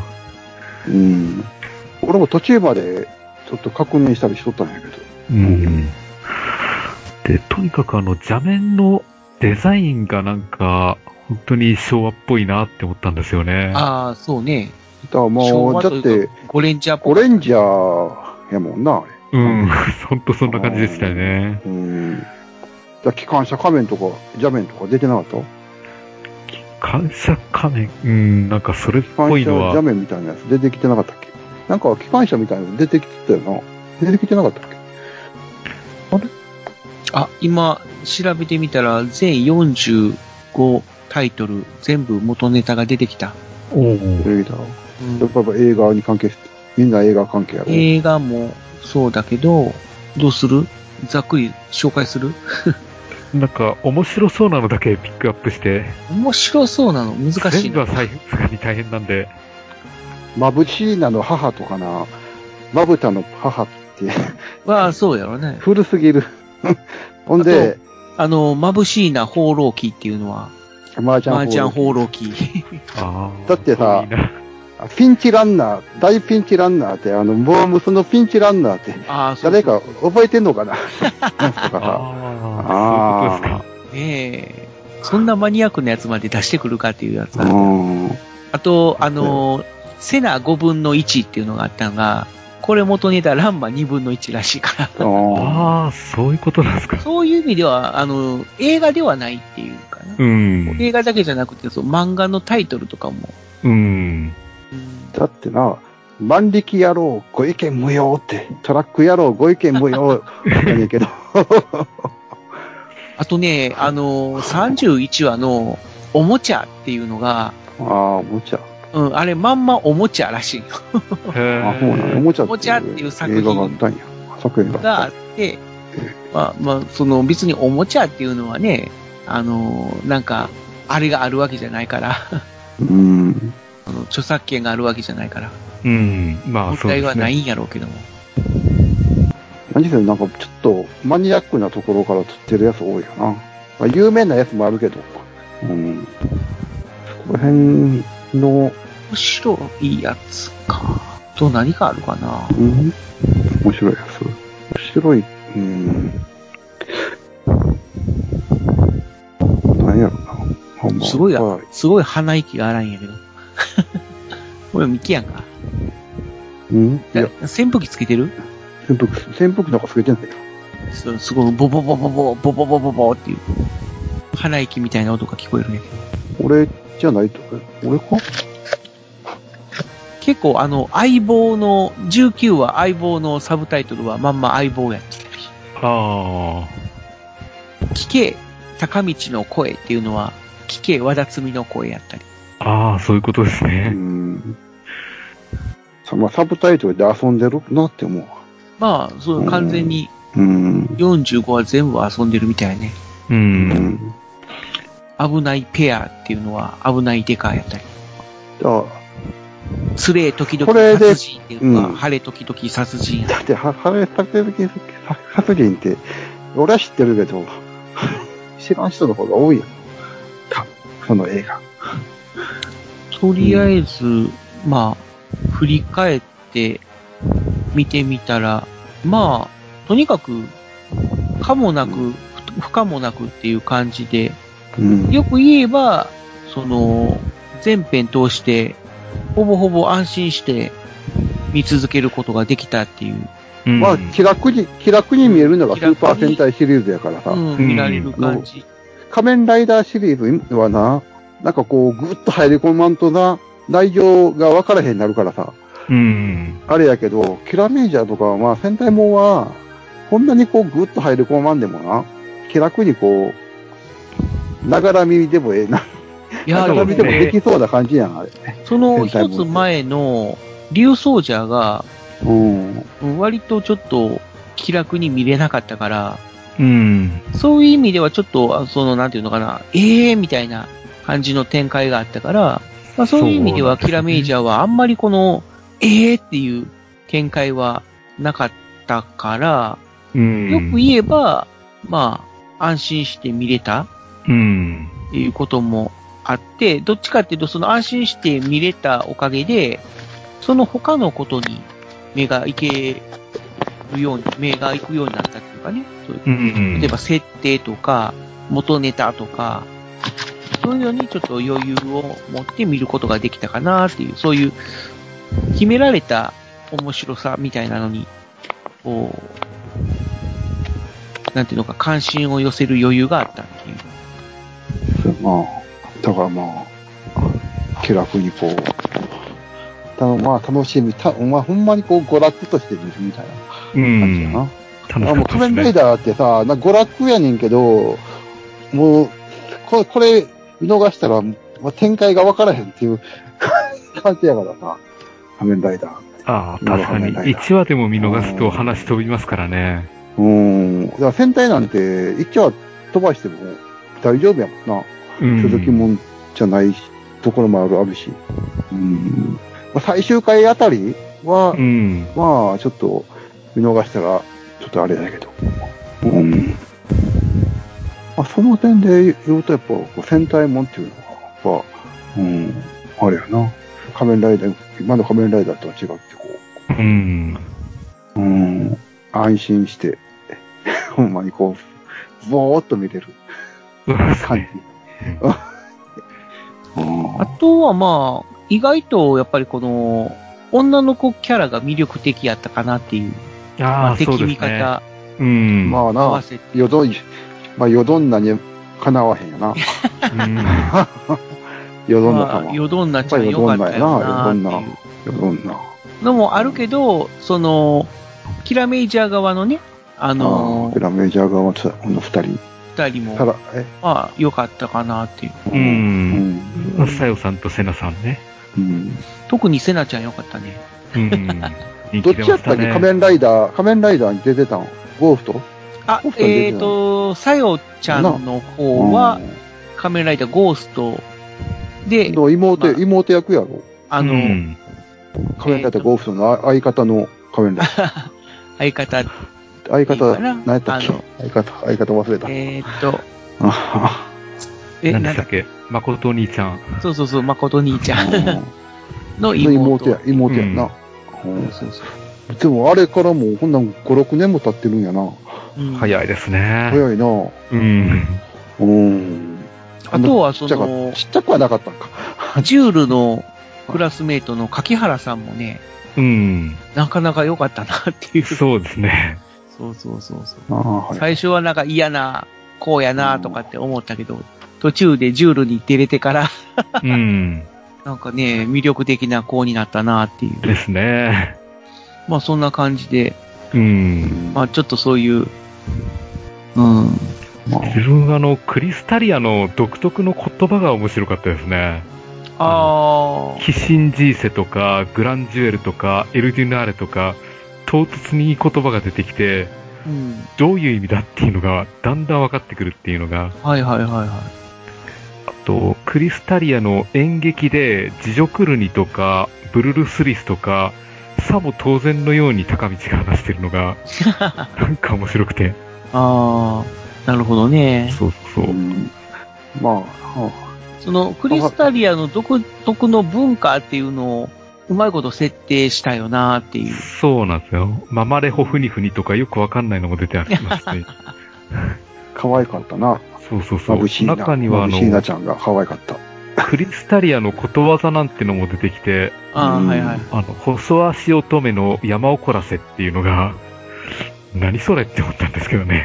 Speaker 2: うん。俺も途中までちょっと確認したりしとったんやけど。
Speaker 4: うん。で、とにかくあの、座面のデザインがなんか、本当に昭和っぽいなって思ったんですよね。
Speaker 5: ああ、そうね。
Speaker 2: だから
Speaker 5: 昭
Speaker 2: もう、
Speaker 5: 和
Speaker 2: だ
Speaker 5: と
Speaker 2: っ
Speaker 5: いう
Speaker 2: て
Speaker 5: か、ゴレンジャーっぽ
Speaker 2: ゴ
Speaker 5: い
Speaker 2: レンジャーやもんな、あれ。
Speaker 4: うん。本当そんな感じでしたよね。
Speaker 2: うん。だから機関車仮面とか、邪面とか出てなかった
Speaker 4: 感謝仮面。うん、なんかそれっ
Speaker 2: 機関
Speaker 4: ぽい
Speaker 2: 車
Speaker 4: の
Speaker 2: 邪
Speaker 4: は。
Speaker 2: 面みたいなやつ出てきてなかったっけなんか機関車みたいなの出てきてたよな。出てきてなかったっけ
Speaker 5: あ、今調べてみたら全45タイトル全部元ネタが出てきた。
Speaker 4: おお。
Speaker 2: 出てきたな
Speaker 5: うん
Speaker 2: やっぱ映画に関係して、みんな映画関係やろ。
Speaker 5: 映画もそうだけど、どうするざっくり紹介する
Speaker 4: なんか面白そうなのだけピックアップして、
Speaker 5: 面白そうなの難しい
Speaker 4: 全部
Speaker 5: な
Speaker 4: はさすがに大変なんで。
Speaker 2: まぶしいなの母とかな。まぶたの母って、
Speaker 5: は、そうやろね。
Speaker 2: 古すぎる。 ほんで、
Speaker 5: あの、眩しいな放浪記っていうのは、
Speaker 2: 麻
Speaker 5: マージャン
Speaker 2: 雀
Speaker 5: 放
Speaker 2: ホール。
Speaker 5: 浪記。
Speaker 4: ああ。
Speaker 2: だってさ
Speaker 4: いいな
Speaker 2: あピンチランナー、大ピンチランナーって、あの、モームスのピンチランナーって、
Speaker 5: ああ、そう
Speaker 2: 誰か覚えてんのかな なんとかさ。
Speaker 4: ああ。そういうことですか。
Speaker 5: ねえ。そんなマニアックなやつまで出してくるかっていうやつ
Speaker 2: う
Speaker 5: あ
Speaker 2: ん。
Speaker 5: あと、あの、セナ5分の1っていうのがあったのが、これ元ネタランマ2分の1らしいか。。
Speaker 2: あ
Speaker 4: ああ、そういうことなんですから
Speaker 5: そういう意味では、あの、映画ではないっていうかな。
Speaker 4: うん。
Speaker 5: 映画だけじゃなくて、そう、漫画のタイトルとかも。
Speaker 4: うん。
Speaker 5: うん
Speaker 2: だってな、万力野郎ご意見無用って、トラック野郎ご意見無用やねん けど。
Speaker 5: あとね、あの、31話のおもちゃっていうのが、
Speaker 2: ああ、おもちゃ。
Speaker 5: うん、あれまんまおもちゃらしいよ。
Speaker 4: あ、
Speaker 2: あ、そうなの。おもちゃ
Speaker 5: おもちゃっていう作品
Speaker 2: 映画があったんや。作品が
Speaker 5: が
Speaker 2: あ
Speaker 5: あ
Speaker 2: っ
Speaker 5: って、まあ、まあ、その別におもちゃっていうのはね、あの、なんか、あれがあるわけじゃないから、
Speaker 2: た。うん。
Speaker 5: あの著作権があるわけじゃないから、
Speaker 4: うん。ま
Speaker 5: 問
Speaker 4: あ、そう
Speaker 5: 題
Speaker 4: で
Speaker 5: は
Speaker 4: す
Speaker 5: な
Speaker 4: ね。
Speaker 5: いんやろうけども。
Speaker 2: 何せなんかちょっとマニアックなところから撮ってるやつ多いよな。まあ、有名なやつもあるけど。うん。そこら辺の、
Speaker 5: 面白いやつか。と何かあるかな。
Speaker 2: うん面白いやつ。面白い。うん。何やろな。ほんま。
Speaker 5: すごいや
Speaker 2: まあ、
Speaker 5: すごい鼻息が荒いんやけど。 これミキやんか。
Speaker 2: うんいや、
Speaker 5: 扇風機つけてる
Speaker 2: 扇風機、扇風機なんかつけてないよ。
Speaker 5: すすごい、ボボボボボ、ボボボボボっていう、鼻息みたいな音が聞こえるんやけど。
Speaker 2: 俺じゃないと、俺か
Speaker 5: 結構あの、相棒の、19話相棒のサブタイトルはまんま相棒やって
Speaker 4: あ
Speaker 5: 聞け、高道の声っていうのは、聞け、和田摘みの声やったり。
Speaker 4: あ。ああ、そういうことです
Speaker 2: う
Speaker 4: ね。
Speaker 2: ん。さまあ、サブタイトルで遊んでるなって思うわ。
Speaker 5: まあ、そう、完全に
Speaker 2: うん。
Speaker 5: 45は全部遊んでるみたいね。
Speaker 4: う。
Speaker 2: うんん。
Speaker 5: 危ないペアっていうのは危ないデカやったり。
Speaker 2: じゃあ、
Speaker 5: つれ時々
Speaker 2: これで
Speaker 5: 殺人っていうのは、
Speaker 2: うん
Speaker 5: 晴れ時々殺人。
Speaker 2: だって、は、はれたてるき、殺人って、俺は知ってるけど、知らん人の方が多いやん。た、その映画。
Speaker 5: とりあえず、まあ、振り返って見てみたら、まあ、とにかく、かもなく、ふ不可もなくっていう感じで、
Speaker 2: うん。
Speaker 5: よく言えば、その、全編通して、ほぼほぼ安心して見続けることができたっていう、
Speaker 4: うん
Speaker 2: まあ、気楽に、気楽に見えるのがス
Speaker 5: 気
Speaker 2: ー
Speaker 5: 楽に
Speaker 2: パー戦隊シリーズやからさ、
Speaker 5: うん
Speaker 4: うん
Speaker 5: 見られる感じ。
Speaker 2: 仮面ライダーシリーズはな、なんかこう、ぐっと入り込まんとな、内容が分からへんなるからさ、
Speaker 4: うん。
Speaker 2: あれやけど、キラメージャーとかは、まあ、戦隊もんは、こんなにこう、ぐっと入り込まんでもな、気楽にこう、ながら見でもええな。
Speaker 5: い
Speaker 2: な
Speaker 5: や、
Speaker 2: がら見でも
Speaker 4: ね
Speaker 2: できそうな感じやん、あれ。
Speaker 5: その一つ前の、リュウソージャーが、
Speaker 2: うん。
Speaker 5: うん割とちょっと気楽に見れなかったから、
Speaker 4: うん。
Speaker 5: そういう意味ではちょっと、あその、なんていうのかな、ええー、みたいな感じの展開があったから、まあ、そういう意味では、キラメイジャーはあんまりこの、ええー、っていう展開はなかったから、
Speaker 4: うん。
Speaker 5: よく言えば、まあ、安心して見れた
Speaker 4: うん。
Speaker 5: っていうこともあって、どっちかっていうと、その安心して見れたおかげで、その他のことに目がいけるように、目が行くようになったっていうかね、そういう
Speaker 4: うん。
Speaker 5: 例えば設定とか、元ネタとか、そういうのにちょっと余裕を持って見ることができたかなっていう、そういう決められた面白さみたいなのに、こう、なんていうのか、関心を寄せる余裕があったっていう。
Speaker 2: まあ、だからまあ、気楽にこう、たまあ、楽しみ、たまあ、ほんまにこう、娯楽として見るみたいな
Speaker 4: う
Speaker 2: 感じや
Speaker 4: ん。
Speaker 2: な。
Speaker 4: 楽し
Speaker 2: あ
Speaker 4: か
Speaker 2: もう
Speaker 4: った
Speaker 2: 仮
Speaker 4: です
Speaker 2: 面ライ
Speaker 4: ね。
Speaker 2: ダーってさ、な娯楽やねんけど、もう、ここれ見逃したら、まあ、展開が分からへんっていう 感じやからさ、仮面ライダー。
Speaker 4: ああ、確かに。
Speaker 2: なるほど
Speaker 4: 1話でも見逃すと話飛びますからね。
Speaker 2: うーん。だから戦隊なんて、一応飛ばしても大丈夫やもんな。
Speaker 4: うん。
Speaker 2: 続きもんじゃないところもあるあるし。うん。まあ、最終回あたりは、
Speaker 4: うん。
Speaker 2: まあ、ちょっと見逃したら、ちょっとあれだけど。うん。まあ、その点で言うと、やっぱ、こう戦隊もんっていうのは、やっぱ、うん、あれやな。仮面ライダー、今の仮面ライダーとは違って、こ
Speaker 4: うん。
Speaker 2: う、うん、安心して、 ほんまにこう、ぼーっと見れる 感じ。うん
Speaker 5: あとはまあ、意外とやっぱりこの、女の子キャラが魅力的やったかなっていう。ま
Speaker 4: ああ、
Speaker 5: 敵
Speaker 4: そうで
Speaker 5: 味
Speaker 4: すね。
Speaker 5: 方
Speaker 4: うん。
Speaker 2: まあ
Speaker 5: 合わ
Speaker 2: な、
Speaker 5: せて。
Speaker 2: よどん、まあ、よどんなにかなわへん やな。
Speaker 4: あ、
Speaker 2: よどんな
Speaker 5: ま
Speaker 2: か
Speaker 5: あ
Speaker 2: も。
Speaker 5: よどんなちゃん良かったよなっていう。
Speaker 2: よどんな。
Speaker 5: のもあるけど、その、キラメイジャー側のね、あ
Speaker 2: あ
Speaker 5: の
Speaker 2: あ、ペ、ラメジャー側とこの二人。
Speaker 5: 二人も、
Speaker 2: た
Speaker 5: ま
Speaker 2: だ、え、
Speaker 5: あ、良かったかなっていう。
Speaker 4: う。
Speaker 2: うんん。
Speaker 4: さよさんとセナさんね。
Speaker 2: うん。
Speaker 5: 特にセナちゃん良かったね。
Speaker 4: うん。
Speaker 2: どっちやったっけ仮面ライダー、仮面ライダーに出てたのゴーフと
Speaker 5: あ
Speaker 2: ゴー、ストに出て
Speaker 5: え
Speaker 2: た
Speaker 5: っ、と、サヨちゃんの方は、仮面ライダーゴースト
Speaker 2: う
Speaker 5: で
Speaker 2: ん、の妹、
Speaker 5: まあ
Speaker 2: 妹役やろ。
Speaker 5: あ
Speaker 4: あ
Speaker 5: の、
Speaker 4: うん。
Speaker 2: 仮面ライダーゴーフトの相方の仮面ライ ダー。
Speaker 5: 相方、
Speaker 2: 相
Speaker 5: いい
Speaker 2: 方、
Speaker 5: かな
Speaker 2: 何やったっけ
Speaker 5: あの
Speaker 2: 相方、相方忘れた。
Speaker 5: えっ、と、
Speaker 2: あ
Speaker 5: え、
Speaker 4: 何
Speaker 5: な
Speaker 4: で
Speaker 5: ん
Speaker 4: した
Speaker 5: だ
Speaker 4: っけ誠兄ちゃん。
Speaker 5: そうそうそう、誠兄ちゃんの
Speaker 2: の妹
Speaker 5: 妹。
Speaker 2: や、妹やな。うん
Speaker 5: そうそう
Speaker 2: でもあれからもうこんなん5、6年も経ってるんやな。
Speaker 5: そううん
Speaker 4: 早いですね。
Speaker 2: 早いな。
Speaker 4: うん。
Speaker 2: うん。
Speaker 5: あとは
Speaker 2: ち
Speaker 5: そ
Speaker 2: っちゃか
Speaker 5: の
Speaker 2: ちっちゃくはなかったん か。
Speaker 5: ジュールのクラスメイトの柿原さんもね、
Speaker 4: うん。
Speaker 5: なかなか良かったなっていう。
Speaker 4: そうですね。
Speaker 5: そうそうそうそ
Speaker 2: あ
Speaker 5: う。
Speaker 2: あ、はい。
Speaker 5: 最初はなんか嫌な、こうやなとかって思ったけど、途中でジュールに出れてから、
Speaker 4: うん。
Speaker 5: なんかね、魅力的な子になったなっていう。
Speaker 4: ですね。
Speaker 5: まあそんな感じで、
Speaker 4: うん。
Speaker 5: まあちょっとそういう、うん。
Speaker 2: まあ
Speaker 4: 自分はあの、クリスタリアの独特の言葉が面白かったですね。
Speaker 5: あ
Speaker 4: キシンジーセとか、グランジュエルとか、エルデュナーレとか、唐突に言葉が出てきて、
Speaker 5: あ、うん。
Speaker 4: どういう意味だっていうのが、だんだん分かってくるっていうのが、
Speaker 5: はいはいはいは
Speaker 4: あと、クリスタリアの演劇で、ジジョクルニとか、ブルルスリスとか、さも当然のように高道が話してるのが、
Speaker 5: い。
Speaker 4: なんか面白くて。
Speaker 5: ああ、なるほどね。
Speaker 4: そうそう
Speaker 2: う
Speaker 4: そう。
Speaker 2: んまあ、は
Speaker 5: そのクリスタリアの独特の文化っていうのをうまいこと設定したよなっていう。
Speaker 4: そうなんですよ。ママレホフニフニとかよくわかんないのも出てありますね。
Speaker 2: あ、可愛かったな。
Speaker 4: そうそうそ
Speaker 2: 眩し
Speaker 4: う。
Speaker 2: いな。
Speaker 4: 中にはあ
Speaker 2: 眩しいな
Speaker 4: の、
Speaker 2: ちゃんが可愛かった。
Speaker 4: クリスタリアのことわざなんてのも出てきて、
Speaker 5: ああ、
Speaker 2: うん
Speaker 5: はいはい。
Speaker 4: あの、細足乙女の山を凝らせっていうのが、何それって思ったんですけどね。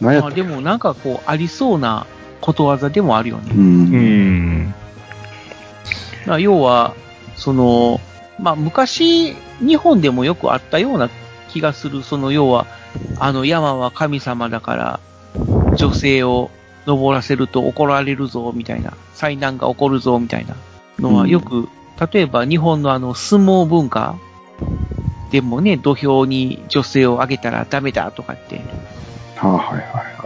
Speaker 2: 何や
Speaker 5: ま
Speaker 2: っ
Speaker 5: あ
Speaker 2: た
Speaker 5: でもなんかこうありそうなことわざでもあるよ
Speaker 2: う。
Speaker 5: ね。
Speaker 4: うんん。
Speaker 5: だから要は、その、まあ昔日本でもよくあったような気がする。その要は、あの山は神様だから女性を登らせると怒られるぞみたいな、災難が起こるぞみたいなのはよく、例えば日本のあの相撲文化でもね、土俵に女性をあげたらダメだとかって
Speaker 2: はあ、はい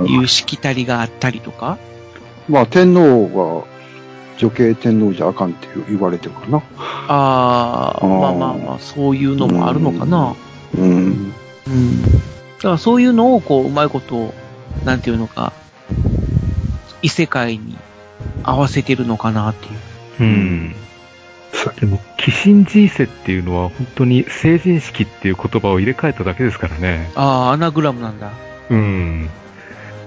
Speaker 2: はい
Speaker 5: い
Speaker 2: は
Speaker 5: うしきたりがあったりとか、
Speaker 2: い。まあ、天皇が女系天皇じゃあかんって言われてるかな。
Speaker 5: ああ、
Speaker 2: あー
Speaker 5: まあまあまあ、そういうのもあるのかな。
Speaker 2: うん。
Speaker 5: うん。だからそういうのをこう、うまいこと、なんていうのか、異世界に合わせてるのかなっていう。
Speaker 4: うん。でも、キシンジーセっていうのは本当に成人式っていう言葉を入れ替えただけですからね。
Speaker 5: ああ、アナグラムなんだ。
Speaker 4: うん。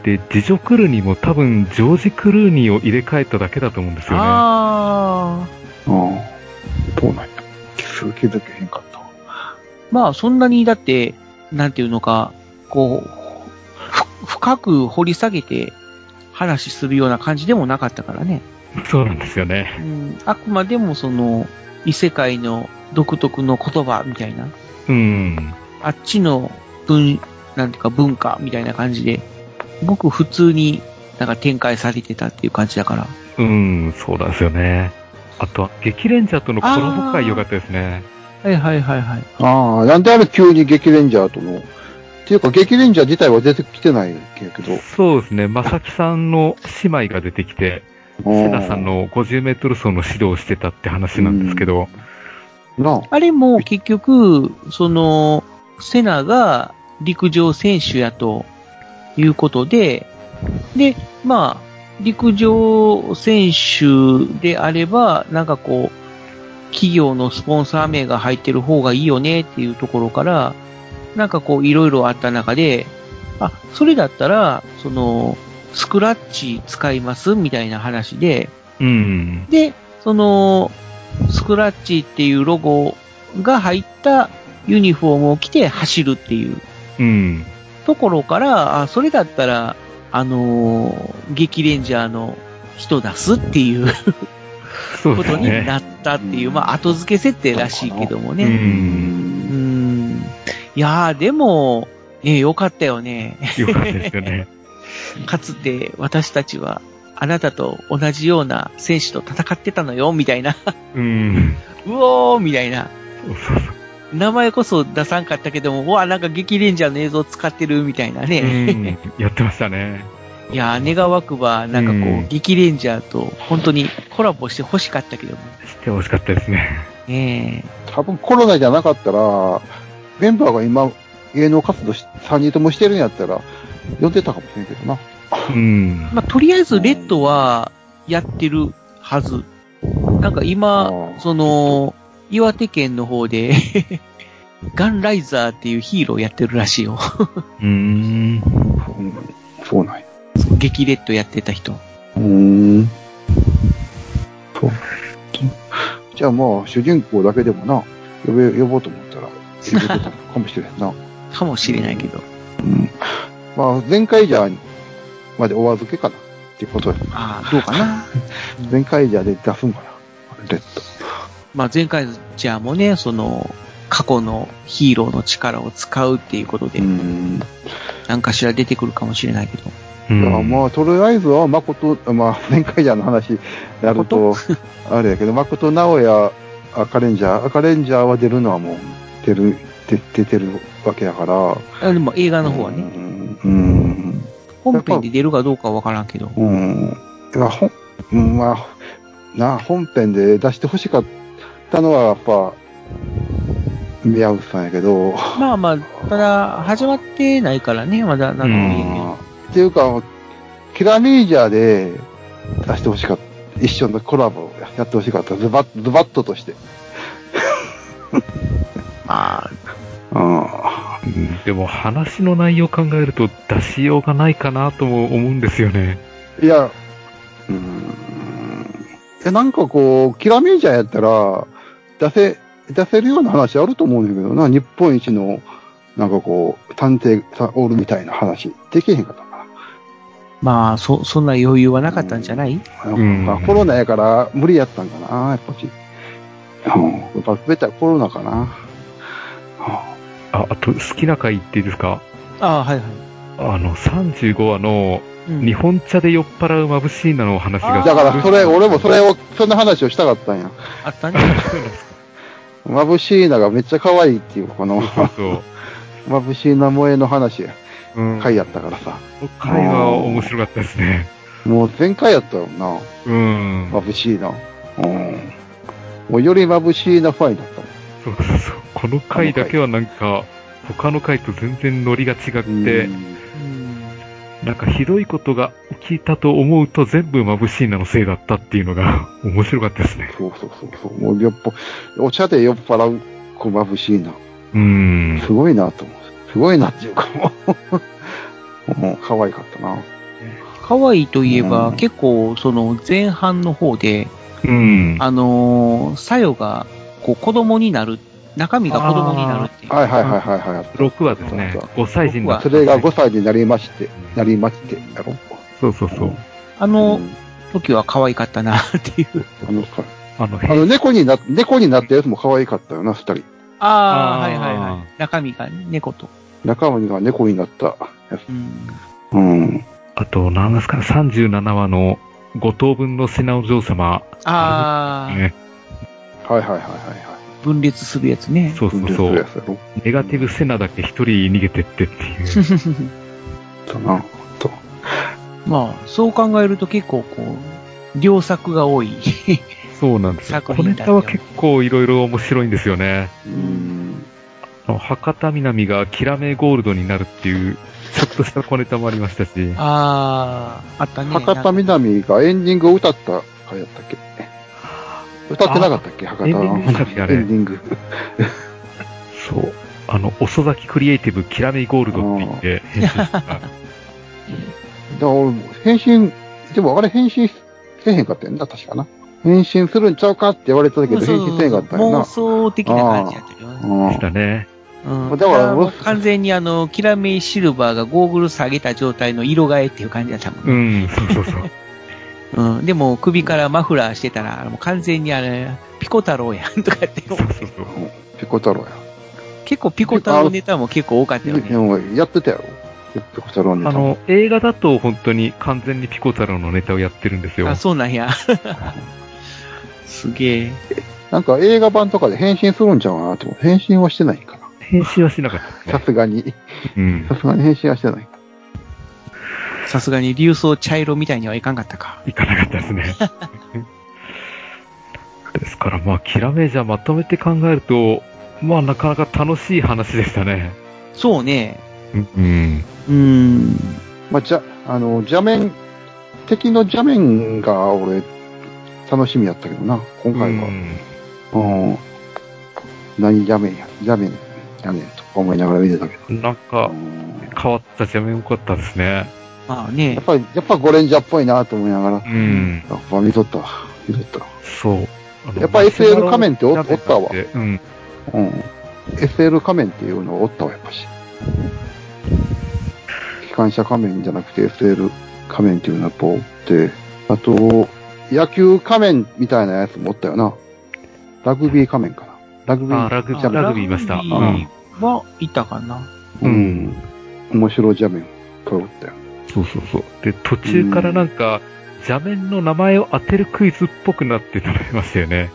Speaker 4: で、ジジョクルーニも多分、ジョージ・クルーニを入れ替えただけだと思うんですよね。
Speaker 5: あ
Speaker 2: ああ、
Speaker 5: あ、
Speaker 2: どうなんや。すげえだけ変かった。
Speaker 5: まあそんなにだって、なんていうのか、こう、ふ深く掘り下げて話するような感じでもなかったからね。
Speaker 4: そうなんですよね。
Speaker 5: うん、あくまでもその、異世界の独特の言葉みたいな。
Speaker 4: うん。
Speaker 5: あっちの文、なんていうか文化みたいな感じで、ごく普通になんか展開されてたっていう感じだから。
Speaker 4: うん、そうなんですよね。あとは、激レンジャーとのコラボ会良かったですね。
Speaker 5: はいはいはいはい。
Speaker 2: ああ、なんであれ急に激レンジャーとの。っていうか、激レンジャー自体は出てきてないけど。
Speaker 4: そうですね。まさきさんの姉妹が出てきて、セナさんの50メートル走の指導をしてたって話なんですけど、
Speaker 2: な
Speaker 5: あれも結局、その、セナが陸上選手やということで、で、まあ、陸上選手であれば、なんかこう、企業のスポンサー名が入ってる方がいいよねっていうところから、なんかこう、いろいろあった中で、あ、それだったら、その、スクラッチ使いますみたいな話で、
Speaker 4: うん。
Speaker 5: で、その、スクラッチっていうロゴが入ったユニフォームを着て走るっていう
Speaker 4: うん。
Speaker 5: ところから、あそれだったら、あのー激レンジャーの人出すっていう
Speaker 4: そう
Speaker 5: こ
Speaker 4: です
Speaker 5: とに
Speaker 4: ね。
Speaker 5: なったっていう、まあ、後付け設定らしいけども
Speaker 4: う
Speaker 5: ね。
Speaker 4: ん。
Speaker 5: うーん。いやー、でも、ね、よかったよね。
Speaker 4: 良かったですよね。
Speaker 5: かつて私たちは、あなたと同じような選手と戦ってたのよ、みたいな。
Speaker 4: うん。
Speaker 5: うおー、みたいな。
Speaker 4: そうそうそう。
Speaker 5: 名前こそ出さんかったけども、うわ、なんか激レンジャーの映像使ってるみたいな
Speaker 4: う
Speaker 5: ね。
Speaker 4: ん。やってましたね。
Speaker 5: いやー、願わくば、なんかこう、
Speaker 4: うん
Speaker 5: 激レンジャーと本当にコラボして欲しかったけども。
Speaker 4: してほしかったですね。
Speaker 5: ね
Speaker 2: 多分コロナじゃなかったら、メンバーが今、芸能活動し3人ともしてるんやったら、呼んでたかもしれんけどな。
Speaker 4: うん
Speaker 5: え。。まあ、とりあえず、レッドはやってるはず。なんか
Speaker 2: あ
Speaker 5: 今、
Speaker 2: ー
Speaker 5: その、岩手県の方で、 ガンライザーっていうヒーローやってるらしいよ。
Speaker 4: うん。
Speaker 2: うんそうなんや。
Speaker 5: 激レッドやってた人。
Speaker 2: うーん。そう。じゃあまあ、主人公だけでもな、呼べ、呼ぼうと思ったら、呼べたかもしれん な。
Speaker 5: かもしれないけど。
Speaker 2: まあ、前回じゃ、までお預けかな。っていうことや。
Speaker 5: ああ、どうかな。
Speaker 2: 前回じゃで出すんかな。レッド。
Speaker 5: まあ、前回じゃあもうね、その、過去のヒーローの力を使うっていうことで、
Speaker 2: ん。
Speaker 5: 何かしら出てくるかもしれないけど。
Speaker 4: う
Speaker 2: いや
Speaker 4: ん。
Speaker 2: まあ、とりあえずは、誠、まあ、前回じゃの話になると、 あれやけど、誠直哉、赤レンジャー、赤レンジャーは出るのはもう、出るで出てるわけだから。
Speaker 5: あでも映画の方はね、
Speaker 2: うん。うん
Speaker 5: 本編で出るかどうかはわからんけど。
Speaker 2: うん。まあ、ほん、うんまあ、なあ、本編で出してほしかったのは、やっぱ、宮内さんやけど。
Speaker 5: まあまあ、ただ、始まってないからね、まだ、なんとも言えんけど。
Speaker 2: っていうか、キラメイジャーで出してほしかった。一緒のコラボやってほしかった。ズバッ、ズバッととして。
Speaker 5: まあ、
Speaker 2: うん。
Speaker 4: でも話の内容を考えると出しようがないかなとも思うんですよね。
Speaker 2: いや、うーん。いや、なんかこう、キラメイジャーやったら、出せ、出せるような話あると思うんだけどな。日本一の、なんかこう、探偵さんおるみたいな話、できへんかったかな。
Speaker 5: まあ、そ、そんな余裕はなかったんじゃない、
Speaker 4: うん
Speaker 2: まあコロナやから無理やったんかな、やっぱし。うん、やっぱベタコロナかな。
Speaker 4: あ、あと好きな回言っていいですか
Speaker 5: ああ、はいはい。
Speaker 4: あの、35話の
Speaker 5: うん
Speaker 4: 日本茶で酔っ払う眩しいなのお話が。
Speaker 5: あー
Speaker 2: だからそれ、俺もそれを、そんな話をしたかったんや。
Speaker 5: あった ね。
Speaker 2: 眩しいながめっちゃ可愛いっていう、この
Speaker 4: そうそう。
Speaker 2: 眩しいな萌えの話や、
Speaker 4: うん、
Speaker 2: 回やったからさ。
Speaker 4: 回は面白かったですね。
Speaker 2: もう全回やったよな、
Speaker 4: うん。
Speaker 2: 眩しいな。うん。もうより眩しいなファンになったもん。
Speaker 4: そうそうそう。この回だけはなんか、他の回と全然ノリが違って
Speaker 2: う、ん
Speaker 4: なんかひどいことが起きたと思うと全部眩しいなのせいだったっていうのが 面白かったですね。
Speaker 2: そうそうそうそう。もうやっぱ、お茶で酔っ払う、こう眩しいな。
Speaker 4: うん。
Speaker 2: すごいなと思う。すごいなっていうか、もうもう、可愛かったな。
Speaker 5: 可愛いといえば、
Speaker 2: うん
Speaker 5: 結構、その、前半の方で、
Speaker 4: うん。
Speaker 5: あのー、さよが、こう、子供になる、中身が子供になるっていう。
Speaker 2: はいはいはいはいはい。
Speaker 4: 6話ですね
Speaker 2: そうそう。
Speaker 4: 5歳児になっ
Speaker 2: そ
Speaker 4: た。
Speaker 2: れが5歳になりまして、なりまして、やろ
Speaker 4: そうそうそう。
Speaker 5: あ
Speaker 2: う
Speaker 5: の
Speaker 2: ん
Speaker 5: 時は可愛かったな、っていう。
Speaker 2: あの、
Speaker 4: あの、
Speaker 2: あの猫にな、猫になったやつも可愛かったよな、二人。
Speaker 5: ああ、
Speaker 4: あ
Speaker 5: は
Speaker 4: ー
Speaker 5: いはいはい。中身がね猫と。
Speaker 2: 中身が猫になったやつ。
Speaker 5: うん。
Speaker 2: うん。
Speaker 4: あと、何ですかね、37話の5等分の瀬名お嬢様。
Speaker 5: ああ、
Speaker 4: ね。
Speaker 2: はいはいはいはい
Speaker 5: 分裂するやつね。
Speaker 4: そう
Speaker 2: はい。
Speaker 4: そうそ
Speaker 2: するや
Speaker 4: う。
Speaker 2: つやろ。
Speaker 4: ネガティブセナだけ一人逃げてってって いう。
Speaker 2: だな、と。
Speaker 5: まあ、そう考えると結構こう、良作が多い。
Speaker 4: そうなんですよ。
Speaker 5: 作
Speaker 4: 小
Speaker 5: 品
Speaker 4: ネ
Speaker 5: だ
Speaker 4: タは結構いろいろ面白いんですよね。
Speaker 2: うん。
Speaker 4: あの博多南がキラメゴールドになるっていう、ちょっとした小ネタもありましたし。
Speaker 5: ああ、あったね。
Speaker 2: 博多南がエンディングを歌った回やったっけ歌ってなかったっけ博多の
Speaker 4: エンディングでしたっけあれ
Speaker 2: エンディング。
Speaker 4: そう。あの、遅咲きクリエイティブキラメゴールドって言って編集した。
Speaker 2: だから俺、返信、でもあれ返信せえへんかったよな、確かな。返信するんちゃうかって言われてたけど、返信せえへんかったよ
Speaker 5: 妄
Speaker 2: な。
Speaker 5: 想的な感じやったよ。
Speaker 2: うん
Speaker 4: でしたね。
Speaker 5: うん、
Speaker 2: だ
Speaker 5: だ
Speaker 2: か
Speaker 5: かららもう完全にあの、キラメイシルバーがゴーグル下げた状態の色替えっていう感じだったもん
Speaker 4: う
Speaker 5: ね。
Speaker 4: ん、そうそうそう。
Speaker 5: うん。でも首からマフラーしてたら、もう完全にあれ、ピコ太郎やんとかって。
Speaker 4: そうそうそう。
Speaker 2: ピコ太郎や。
Speaker 5: 結構ピコ太郎ネタも結構多かったよ
Speaker 2: で
Speaker 5: ね。
Speaker 2: もやってたやろ。ピコ太郎に。
Speaker 4: あの、映画だと本当に完全にピコ太郎のネタをやってるんですよ
Speaker 5: あ、。そうなんや。 すげえ。
Speaker 2: なんか映画版とかで返信するんちゃうかなって思う。返信はしてないんかな。
Speaker 4: 編集はしなかったです
Speaker 2: さ
Speaker 4: ね。
Speaker 2: すがに。
Speaker 4: うん
Speaker 2: さ。すがに返信はしてない。
Speaker 5: さすがに流装茶色みたいにはいかんかったか。
Speaker 4: いかなかったですね。 ですから、まあ、キラメージャーまとめて考えると、まあ、なかなか楽しい話でしたね。
Speaker 5: そうね。
Speaker 4: うん。
Speaker 5: うん。
Speaker 2: まあ、じゃ、あの、邪面、敵の邪面が俺、楽しみやったけどな、今
Speaker 4: う
Speaker 2: 回は。
Speaker 4: ん。
Speaker 2: うん。何邪面や、邪面やねんとか思いながら見てたけど。
Speaker 4: なん
Speaker 2: う
Speaker 4: か、
Speaker 2: ん
Speaker 4: 変わったジャ面良かったですね。
Speaker 5: ま
Speaker 2: や
Speaker 5: あね
Speaker 2: っ。ぱり、やっぱゴレンジャーっぽいなと思いながら。
Speaker 4: う
Speaker 2: や
Speaker 4: ん。
Speaker 2: っぱ見とったわ。見とったわ。
Speaker 4: そう。あの
Speaker 2: やっぱ SL 仮面っておおったわ
Speaker 4: うん。
Speaker 2: うん。SL 仮面っていうのおったわ、やっぱし。機関車仮面じゃなくて SL 仮面っていうのやっぱおって、あと、野球仮面みたいなやつもおったよな。ラグビー仮面かな。ラグビ
Speaker 4: あ、
Speaker 2: ー。
Speaker 4: ラグビ
Speaker 5: あ
Speaker 4: ー、ラグビーいました。
Speaker 5: ラグビ
Speaker 4: うん
Speaker 5: ーはいたかな。
Speaker 4: う
Speaker 2: うんん。面白い邪面がおったよ。
Speaker 4: そうそうそう。で、途中からなんか、邪面の名前を当てるクイズっぽくなってたのありましたよね。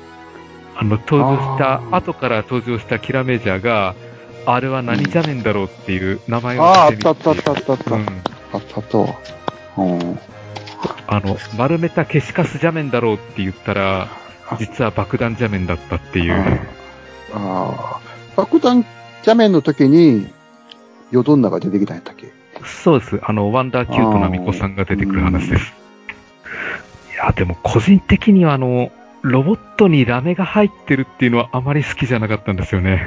Speaker 4: あの、登場した
Speaker 2: あ、ー
Speaker 4: 後から登場したキラメジャーが、あれは何じゃねえんだろうっていう名前を
Speaker 2: ああ、あ
Speaker 4: つ
Speaker 2: っ
Speaker 4: けてみ
Speaker 2: たあったあったあったあっ
Speaker 4: うん。
Speaker 2: た。あったと。うん。
Speaker 4: あの、丸めた消しカスじゃねえんだろうって言ったら、実は爆弾じゃねえんだったっていう。
Speaker 2: ああ。爆弾邪面の時に、ヨドンナが出てきたんやったっけ
Speaker 4: そうです。あの、ワンダーキュートな巫女さんが出てくる話です。いや、でも個人的にはあの、ロボットにラメが入ってるっていうのはあまり好きじゃなかったんですよね。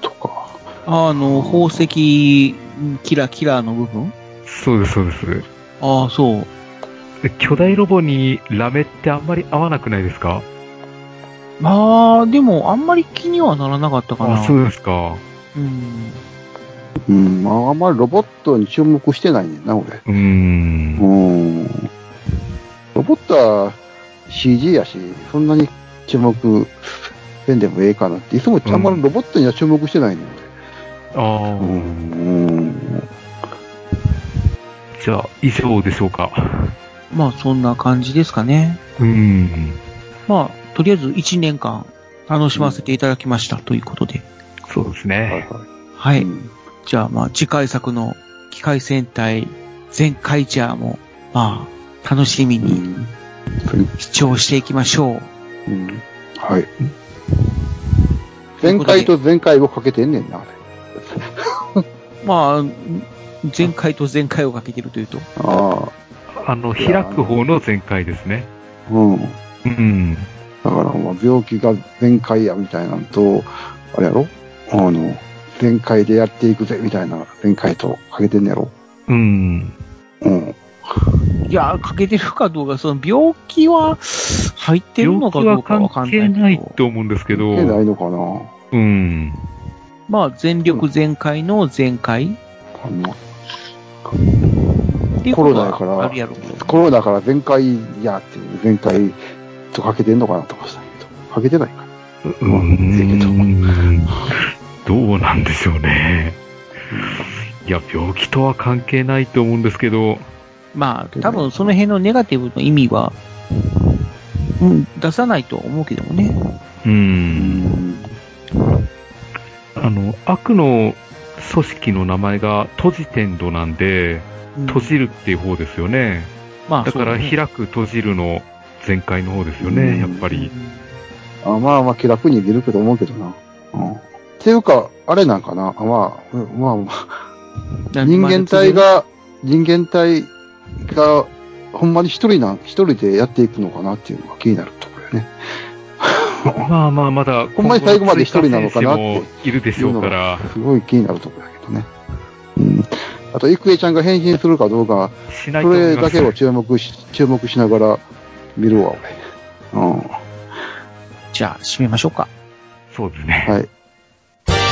Speaker 2: とか。
Speaker 5: あの、宝石、キラキラの部分
Speaker 4: そうです、そうです。
Speaker 5: ああ、そう。
Speaker 4: で巨大ロボにラメってあんまり合わなくないですか
Speaker 5: まあ、でも、あんまり気にはならなかったかな。
Speaker 4: あ、そうですか。
Speaker 5: うん。
Speaker 2: うん。まあ、あんまりロボットに注目してないねんな、俺。
Speaker 4: うーん。
Speaker 2: うん。ロボットは CG やし、そんなに注目せんでもええかなって。いつもあんまりロボットには注目してないねん、
Speaker 4: ああ、
Speaker 2: 俺。うん。
Speaker 4: じゃあ、以上でしょうか。
Speaker 5: まあ、そんな感じですかね。
Speaker 4: うーん。
Speaker 5: まあ、とりあえず1年間楽しませていただきましたということで。
Speaker 4: そうです
Speaker 2: はい
Speaker 4: ね。
Speaker 2: は。
Speaker 5: はいい。
Speaker 2: うん
Speaker 5: じゃあ、まあ、次回作の機械戦隊全カイジャーも、まあ、楽しみ
Speaker 2: う
Speaker 5: に
Speaker 2: ん。次
Speaker 5: 視聴していきましょう。
Speaker 2: うんはい。前回と前回をかけてんねんな、あれ。
Speaker 5: まあ、前回と前回をかけてるというと。
Speaker 2: あ
Speaker 4: あの、開く方の前回ですね。
Speaker 2: あ、うん。だ
Speaker 4: うん。
Speaker 2: から、まあ、病気が前回や、みたいなのと、あれやろあの、前回でやっていくぜ、みたいな前回とかけてんねやろ
Speaker 4: うん。
Speaker 2: うん。
Speaker 5: いや、かけてるかどうか、その病気は入ってるのかどうかわかんないけ
Speaker 4: 病気は関係ない
Speaker 5: ど。
Speaker 4: と思うんですけど、
Speaker 2: 出な
Speaker 4: う
Speaker 2: いのかな
Speaker 4: うん。
Speaker 5: まあ、全力全開の全開
Speaker 2: あの
Speaker 5: っていう
Speaker 2: コ
Speaker 5: こ
Speaker 2: ロ
Speaker 5: と
Speaker 2: ナやか
Speaker 5: は
Speaker 2: ら
Speaker 5: あるやろうけど。、
Speaker 2: コロナから前回やっていう、前回とかけてんのかなとかしたけど、かけてないか。
Speaker 4: うーんどうなんでしょうね。いや、病気とは関係ないと思うんですけど、
Speaker 5: まあ、多分その辺のネガティブの意味は、うん、出さないと思うけどもね。
Speaker 4: う。
Speaker 2: うんん。
Speaker 4: あの、悪の組織の名前が閉じ天度なんで、
Speaker 5: うん
Speaker 4: 閉じるっていう方ですよね。
Speaker 5: まあ、
Speaker 4: だから、
Speaker 5: そうね
Speaker 4: 開く閉じるの前回の方ですよ
Speaker 2: う
Speaker 4: ね、
Speaker 2: ん
Speaker 4: やっぱり。
Speaker 2: あまあまあ気楽に出るけど思うけどな。うん。っていうか、あれなんかな。あまあ、うんまあまあ、人間体、が、人間体が、ほんまに一人なん、一人でやっていくのかなっていうのが気になるところよね。
Speaker 4: まあまあ、まだ、
Speaker 2: ほんまに最後まで一人なのかなって
Speaker 4: 今後追加選手もいるでしょうから、
Speaker 2: すごい気になるところだけどね。うん。あと、郁恵ちゃんが変身するかどうか、
Speaker 4: し
Speaker 2: そ
Speaker 4: ないと思
Speaker 2: れ
Speaker 4: いま
Speaker 2: だ
Speaker 4: す
Speaker 2: けを注目し、注目しながら見るわ、俺。うん。は
Speaker 5: じゃあ、締めましょうか。
Speaker 4: そうですね。
Speaker 2: い。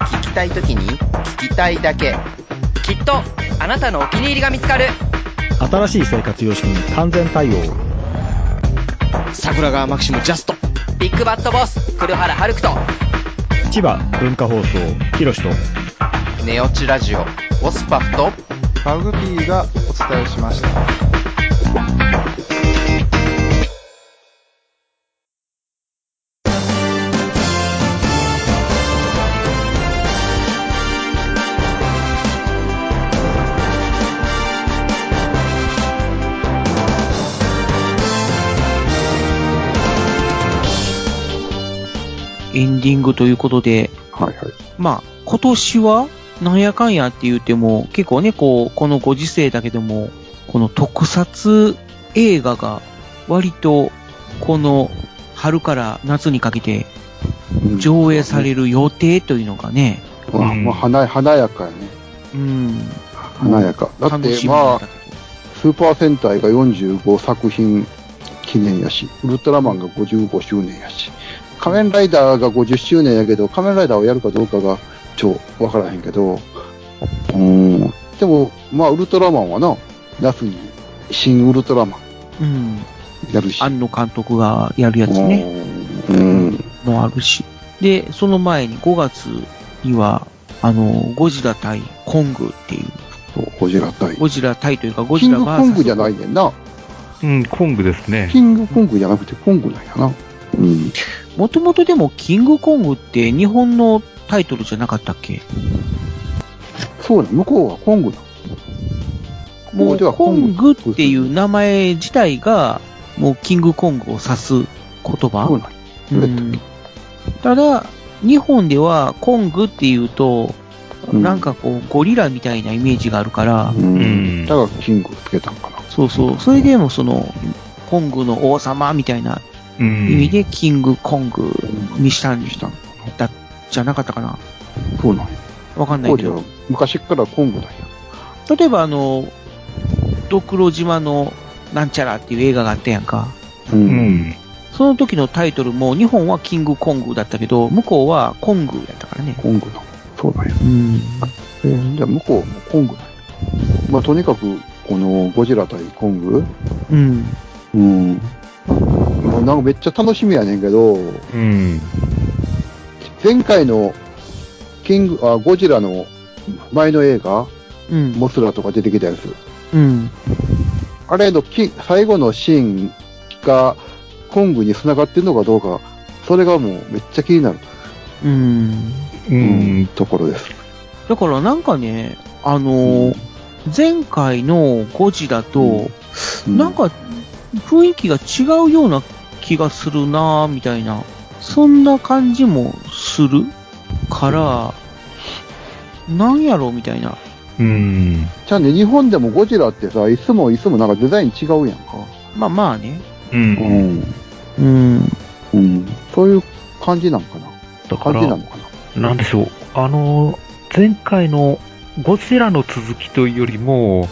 Speaker 7: 聞きたいときに聞きたいだけ。
Speaker 3: きっとあなたのお気に入りが見つかる
Speaker 8: 新しい生活様式に完全対応。
Speaker 6: 桜川マキシムジャスト。
Speaker 3: ビッグバットボス黒原遥人
Speaker 8: 千葉文化放送、ひろしと。
Speaker 7: ネオチラジオ、オスパフと、
Speaker 9: バグピーがお伝えしました
Speaker 5: エンディングということで、
Speaker 2: はいはい。
Speaker 5: まあ、今年は、なんやかんやって言っても、結構ね、こう、このご時世だけども、この特撮映画が、割と、この春から夏にかけて
Speaker 2: うん
Speaker 5: 上映される予定というのがね、
Speaker 2: まあ、まあ、華や華やかやね。
Speaker 5: うん、
Speaker 2: 華やか。だっ
Speaker 5: 楽
Speaker 2: て、
Speaker 5: しみな
Speaker 2: ま
Speaker 5: ん
Speaker 2: あ
Speaker 5: だ、け
Speaker 2: スーパー戦隊が45作品記念やし、ウルトラマンが55周年やし、仮面ライダーが50周年やけど、仮面ライダーをやるかどうかがちょ、わからへんけど、うーん。でも、まあ、ウルトラマンはな、夏に、新ウルトラマ
Speaker 5: うん。
Speaker 2: ンやるし。
Speaker 5: 庵野監督がやるやつね、
Speaker 2: うん。
Speaker 5: のあるし。で、その前に5月には、あの、ゴジラ対コングっていう、
Speaker 2: そう、ゴジラ対。
Speaker 5: ゴジラ対というか、ゴ
Speaker 2: キ
Speaker 5: ジ
Speaker 2: ン
Speaker 5: ラ
Speaker 2: グ
Speaker 5: バ
Speaker 2: コ
Speaker 5: ー
Speaker 2: ン
Speaker 5: サ
Speaker 2: グ
Speaker 5: ス
Speaker 2: じゃないねんな。
Speaker 4: うん、コングですね。
Speaker 2: キングコングじゃなくてコングなんやな。うん。
Speaker 5: もともとでも、キングコングって日本のタイトルじゃなかったっけ
Speaker 2: そうだ、向こうはコングだ。
Speaker 5: も
Speaker 2: ここで
Speaker 5: う、
Speaker 2: は
Speaker 5: コ
Speaker 2: コ
Speaker 5: ン
Speaker 2: ン
Speaker 5: グ
Speaker 2: グ
Speaker 5: っていう名前自体が、もう、キングコングを指す言
Speaker 2: そう
Speaker 5: 葉
Speaker 2: なんや
Speaker 5: うんただ、日本では、コングっていうと、
Speaker 2: うん
Speaker 5: なんかこう、ゴリラみたいなイメージがあるから、
Speaker 2: う
Speaker 4: うん
Speaker 2: ん。だからキングつけたんかな。
Speaker 5: そうそう、それでもその、コングの王様みたいな
Speaker 4: う
Speaker 5: 意
Speaker 4: ん。
Speaker 5: 味で、キングコングにしたん
Speaker 2: したんかな。
Speaker 5: だじゃなかったかな
Speaker 2: そうなんや。
Speaker 5: わかんない
Speaker 2: こう
Speaker 5: け
Speaker 2: では
Speaker 5: ど。
Speaker 2: 昔っからコングなんや。
Speaker 5: 例えばあの、ドクロ島のなんちゃらっていう映画があったやんか。
Speaker 2: う
Speaker 4: う。ん。
Speaker 5: その時のタイトルも日本はキングコングだったけど、向こうはコングやったからね。
Speaker 2: コングだ。そうだよ。
Speaker 5: うん。
Speaker 2: えーじゃあ向こうもコングだよ。まあとにかく、このゴジラ対コング、
Speaker 5: うん。
Speaker 2: うん。もうなんかめっちゃ楽しみやねんけど、
Speaker 4: うん。
Speaker 2: 前回のキング、あ、ゴジラの前の映画、
Speaker 5: うん。
Speaker 2: モスラとか出てきたやつ。
Speaker 5: うん。
Speaker 2: あれのき最後のシーンがコングに繋がってるのかどうか、それがもうめっちゃ気になる、
Speaker 5: うん。
Speaker 4: うん。
Speaker 2: ところです。
Speaker 5: だからなんかね、あのー前回のゴジラと、なんか雰囲気が違うような気がするなぁ、みたいな。そんな感じもするから、なんやろみたいな。
Speaker 4: うん。
Speaker 2: じゃあね、日本でもゴジラってさ、いつもいつもなんかデザイン違うやんか。
Speaker 5: まあまあね。
Speaker 4: うん。
Speaker 2: ん。
Speaker 5: うん。
Speaker 2: うん。そういう感じなんかな。
Speaker 4: だか
Speaker 2: 感じな
Speaker 4: ら
Speaker 2: の、かな。
Speaker 4: なんでしょう。あの、前回のゴジラの続きというよりも、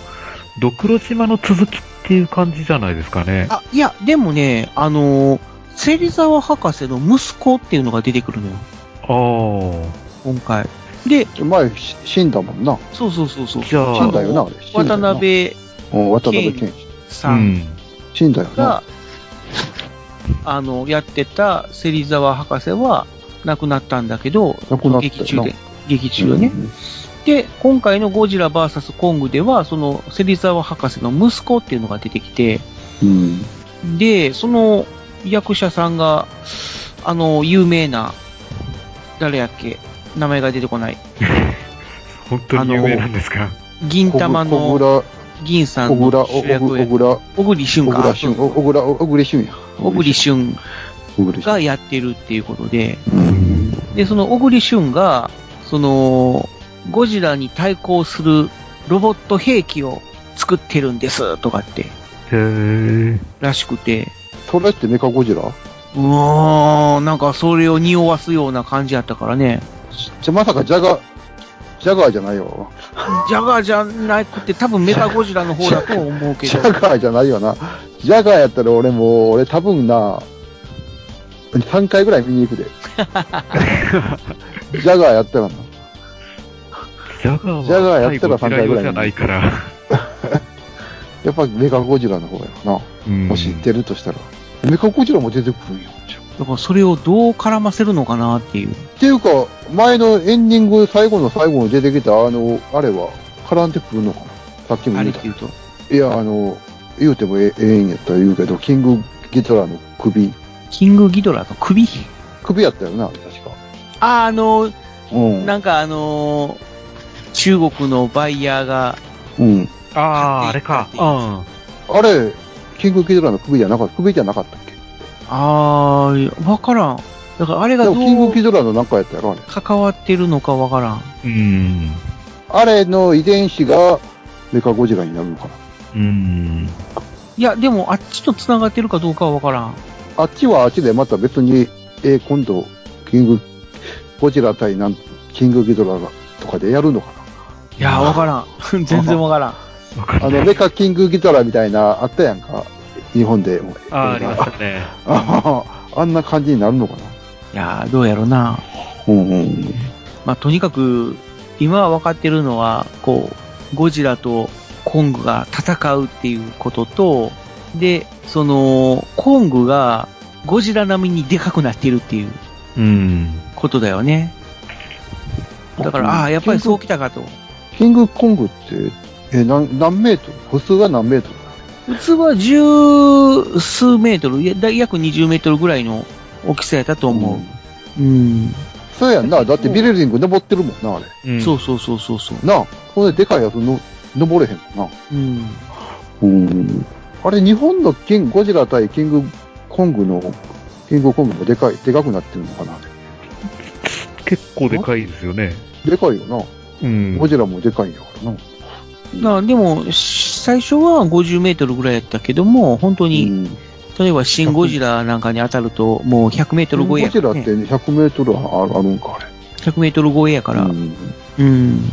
Speaker 4: ドクロ島の続きっていう感じじゃないですかね。
Speaker 5: あ、いや、でもね、あのー、芹沢博士の息子っていうのが出てくるのよ。
Speaker 4: ああ。
Speaker 5: 今回。で、
Speaker 2: 前し死んだもんな。
Speaker 5: そうそうそうそう。
Speaker 4: じゃあ
Speaker 2: 死んだよな、あれ。死んだ
Speaker 5: 渡
Speaker 2: よな。
Speaker 5: 辺
Speaker 2: うん渡辺謙
Speaker 5: さん
Speaker 2: 死んだよな。
Speaker 5: が、あの、やってた芹沢博士は亡くなったんだけど、
Speaker 2: 亡くなったよな
Speaker 5: 劇中で。劇中でね。
Speaker 2: うん
Speaker 5: で、今回のゴジラ VS コングでは、その芹沢博士の息子っていうのが出てきて、
Speaker 2: うん。
Speaker 5: で、その役者さんが、あの、有名な、誰やっけ名前が出てこない。
Speaker 4: 本当に有名なんですか。
Speaker 5: 銀玉
Speaker 2: 小
Speaker 5: の
Speaker 2: 倉、
Speaker 5: 銀さ
Speaker 2: 小
Speaker 5: ん
Speaker 2: 倉、
Speaker 5: の
Speaker 2: 小
Speaker 5: 主
Speaker 2: 倉、
Speaker 5: 役を
Speaker 2: 小
Speaker 5: やる
Speaker 2: 倉、
Speaker 5: 小栗
Speaker 2: 小
Speaker 5: 旬か。
Speaker 2: 倉旬、小倉、小栗旬や。
Speaker 5: 小栗旬
Speaker 2: 小栗
Speaker 5: が
Speaker 2: 旬。
Speaker 5: やってるっていうことで、
Speaker 2: うん
Speaker 5: で、その小栗旬が、その、ゴジラに対抗するロボット兵器を作ってるんですとかって、
Speaker 4: へえ。
Speaker 5: らしくて、
Speaker 2: それってメカゴジラ
Speaker 5: うわー、なんかそれを匂わすような感じやったからね。
Speaker 2: じゃ、まさかジャガー、ジャガーじゃないよ。
Speaker 5: ジャガーじゃなくて、多分メカゴジラの方だと思う け
Speaker 2: ジ
Speaker 5: ど
Speaker 2: ャ。ガーじゃないよな。ジャガーやったら俺もう、俺多分な、3回ぐらい見に 行くで。ジャガーやったらな。
Speaker 4: ジャガ
Speaker 2: ジャ
Speaker 4: ー
Speaker 2: ガ
Speaker 4: は
Speaker 2: ーやったら
Speaker 4: 最後嫌いじゃないから。
Speaker 2: やっぱメカゴジラの方やろな。もし出るとしたら。メカゴジラも出てくるんや。
Speaker 5: だからそれをどう絡ませるのかなっていう。
Speaker 2: っていうか、前のエンディング、最後の最後に出てきた、あの、あれは、絡んでくるのかなさっきも
Speaker 5: あれ
Speaker 2: 言う
Speaker 5: って
Speaker 2: た
Speaker 5: 言うと。
Speaker 2: いや、あの、言うてもええええんやったら言うけど、キングギトラの首、
Speaker 5: キングギドラの首
Speaker 2: 首やったよな、確か。
Speaker 5: あ、あの、
Speaker 2: うん。
Speaker 5: なんかあのー中国のバイヤーが、
Speaker 2: うん。
Speaker 4: ああ、あれか。う
Speaker 2: あれ、キングギドラの首じゃなかった、首じゃなかったっけ
Speaker 5: あー、わからん。だからあれが
Speaker 2: で
Speaker 5: ど
Speaker 2: も、キング
Speaker 5: う
Speaker 2: ギドラのなんかやったやろ、あれ。
Speaker 5: 関わってるのかわからん。
Speaker 4: ん。
Speaker 2: あれの遺伝子が、メカゴジラになるのかな。
Speaker 4: うん。
Speaker 5: いや、でもあっちと繋がってるかどうかはわからん。
Speaker 2: あっちはあっちでまた別に、えー今度、キング、ゴジラ対なん、キングギドラがとかでやるのか
Speaker 5: いや、わからん。全然わからん。
Speaker 4: わか
Speaker 2: あ
Speaker 4: んな
Speaker 2: の、
Speaker 4: い。
Speaker 2: メカキングギタラみたいな、あったやんか。日本で。
Speaker 4: ああ、ありましたね。
Speaker 2: ああんな感じになるのかな。
Speaker 5: いやー、どうやろうな。
Speaker 2: うんうん。
Speaker 5: まあ、とにかく、今分かってるのは、こう、ゴジラとコングが戦うっていうことと、で、その、コングがゴジラ並みにでかくなってるっていう
Speaker 4: うん。
Speaker 5: ことだよね。だから、ああー、やっぱりそうきたかと。
Speaker 2: キングコングって、え、何、何メートル普通は何メートル
Speaker 5: 普通は十数メートル、いやだ約20メートルぐらいの大きさやったと思う。うん。
Speaker 2: そうやんな。だってビルディング登ってるもんな、あれ。
Speaker 4: うん、
Speaker 5: そうそうそうそうそう。
Speaker 2: なあ、これでかいやつの登れへんもんな。
Speaker 5: うん。
Speaker 2: うん。あれ、日本のキング、ゴジラ対キングコングの、キングコングもでかい、でかくなってるのかな、あれ
Speaker 4: 結構でかいですよね。
Speaker 2: でかいよな。
Speaker 4: うん。
Speaker 2: ゴジラもでかいんやからな。
Speaker 5: なでも、し最初は50メートルぐらいやったけども、本当に、
Speaker 2: うん
Speaker 5: 例えばシンゴジラなんかに当たると、もう100メートル超
Speaker 2: ゴ
Speaker 5: えやか
Speaker 2: ジラ
Speaker 5: ら、
Speaker 2: って
Speaker 5: ね。
Speaker 2: 100メートルあるあるんか、あれ。
Speaker 5: 100メートル超えやから、
Speaker 2: う
Speaker 5: うん。
Speaker 2: ん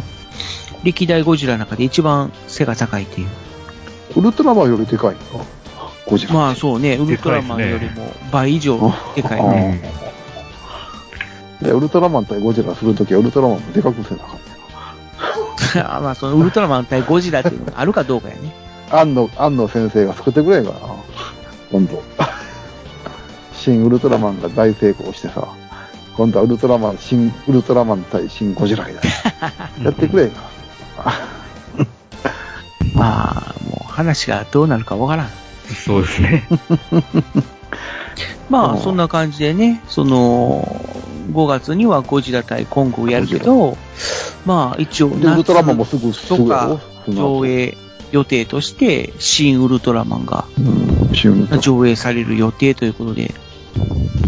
Speaker 5: 歴代ゴジラの中で一番背が高いっていう。
Speaker 2: ウルトラマンよりでかいんか。ゴジラ。
Speaker 5: まあそうね、ウルトラマンよりも倍以上でかいね。
Speaker 4: うん
Speaker 2: でウルトラマン対ゴジラするときはウルトラマンもでかくせなあかんね
Speaker 5: あまあ、そのウルトラマン対ゴジラっていうのがあるかどうかやね。
Speaker 2: 安野、安野先生が作ってくれんかな。今度。新ウルトラマンが大成功してさ。今度はウルトラマン、新ウルトラマン対新ゴジラ みたいな。やってくれんか。
Speaker 5: まあ、もう話がどうなるかわからん。
Speaker 4: そうです ね。
Speaker 5: ま
Speaker 2: う
Speaker 5: あ、
Speaker 2: ん
Speaker 5: そんな感じでね、その、5月にはゴジラ対コングをやるけど、まあ、一応、
Speaker 2: で、ウルトラマンも
Speaker 5: 夏
Speaker 2: すぐ、す
Speaker 5: と
Speaker 2: ぐ
Speaker 5: か
Speaker 2: やろ
Speaker 5: 上。映予定として、新ウルトラマンが
Speaker 2: その後うん新ウルトラ
Speaker 5: 上映される予定ということで、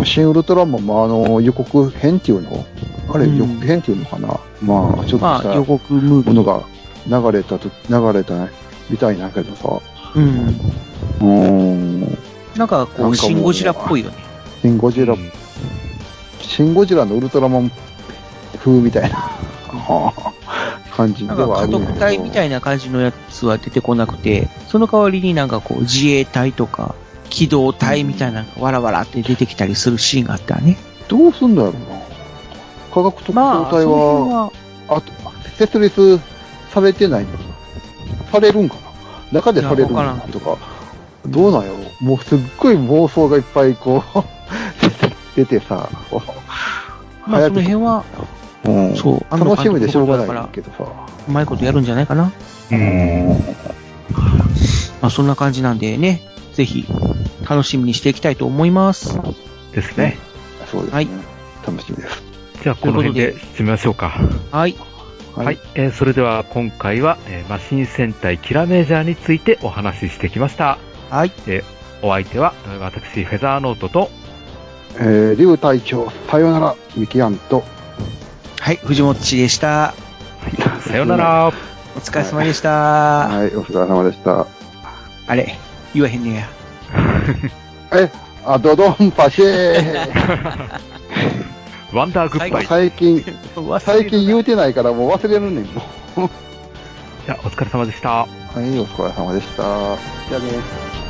Speaker 2: 新ウルトラマンもあの予告編っていうのあれ、
Speaker 5: うん
Speaker 2: 予告編っていうのかなまあ、ちょっと
Speaker 5: ま
Speaker 2: し
Speaker 5: あ、
Speaker 2: た
Speaker 5: 予
Speaker 2: も
Speaker 5: 告ムービー。
Speaker 2: のが流れたと、流れたみたいなんやけどさ。
Speaker 5: うん。
Speaker 2: うーん。
Speaker 5: なん
Speaker 2: な
Speaker 5: か、こ
Speaker 2: んかもう
Speaker 5: う、新ゴジラっぽいよね。
Speaker 2: シン・ゴジラ、
Speaker 4: うん
Speaker 2: シン・ゴジラのウルトラマン風みたい な感じで
Speaker 5: なんか、
Speaker 2: はあ
Speaker 5: 家
Speaker 2: るんやけど。
Speaker 5: 督隊みたいな感じのやつは出てこなくて、その代わりになんかこう、自衛隊とか、機動隊みたいなのがわらわらって出てきたりするシーンがあったね。
Speaker 2: どうすんだろうな。科学特捜
Speaker 5: まあ、そ
Speaker 2: 隊
Speaker 5: の辺
Speaker 2: は、
Speaker 5: は、
Speaker 2: あと、設立されてないのかなされるんかな中でされるんか
Speaker 5: いやわ
Speaker 2: な
Speaker 5: からん
Speaker 2: とか、どうなんやろうもうすっごい妄想がいっぱいこう、 出てさ、こう
Speaker 5: まあ、そ
Speaker 2: 早
Speaker 5: の
Speaker 2: く
Speaker 5: 辺は、
Speaker 2: うん
Speaker 5: そう安藤監督
Speaker 2: 楽しみでしょうがないけどさ。
Speaker 5: うまいことやるんじゃないかな。まあ、そんな感じなんでね、ぜひ、楽しみにしていきたいと思います。
Speaker 4: ですね。
Speaker 2: そうですね。
Speaker 5: はい
Speaker 2: 楽しみです。
Speaker 4: じゃあ、この辺で締めましょうか。
Speaker 5: はい。
Speaker 2: は
Speaker 4: はいい、えーそれでは今回は、えーマシン戦隊キラメジャーについてお話ししてきました。
Speaker 5: はい。
Speaker 4: えーお相手は、えー私、フェザーノートと、
Speaker 2: えー、リュウ隊長、さよなら、ミキアンと、
Speaker 5: はい、藤本ちでした。
Speaker 4: さよな ら。
Speaker 5: お疲れ様でした。
Speaker 2: はい、お疲れ様でした。
Speaker 5: あれ、言わへんねや。
Speaker 2: え、あ、ドドンパシ ェ
Speaker 4: ワンダーグッバイ。
Speaker 2: ー
Speaker 4: じ
Speaker 2: 最近、
Speaker 5: 忘れ
Speaker 2: 最
Speaker 5: る
Speaker 2: 近言うてないからもう忘れるねん、もう。
Speaker 4: ゃあ、お疲れ様でした。
Speaker 2: はい、お疲れ様でした。じゃあね。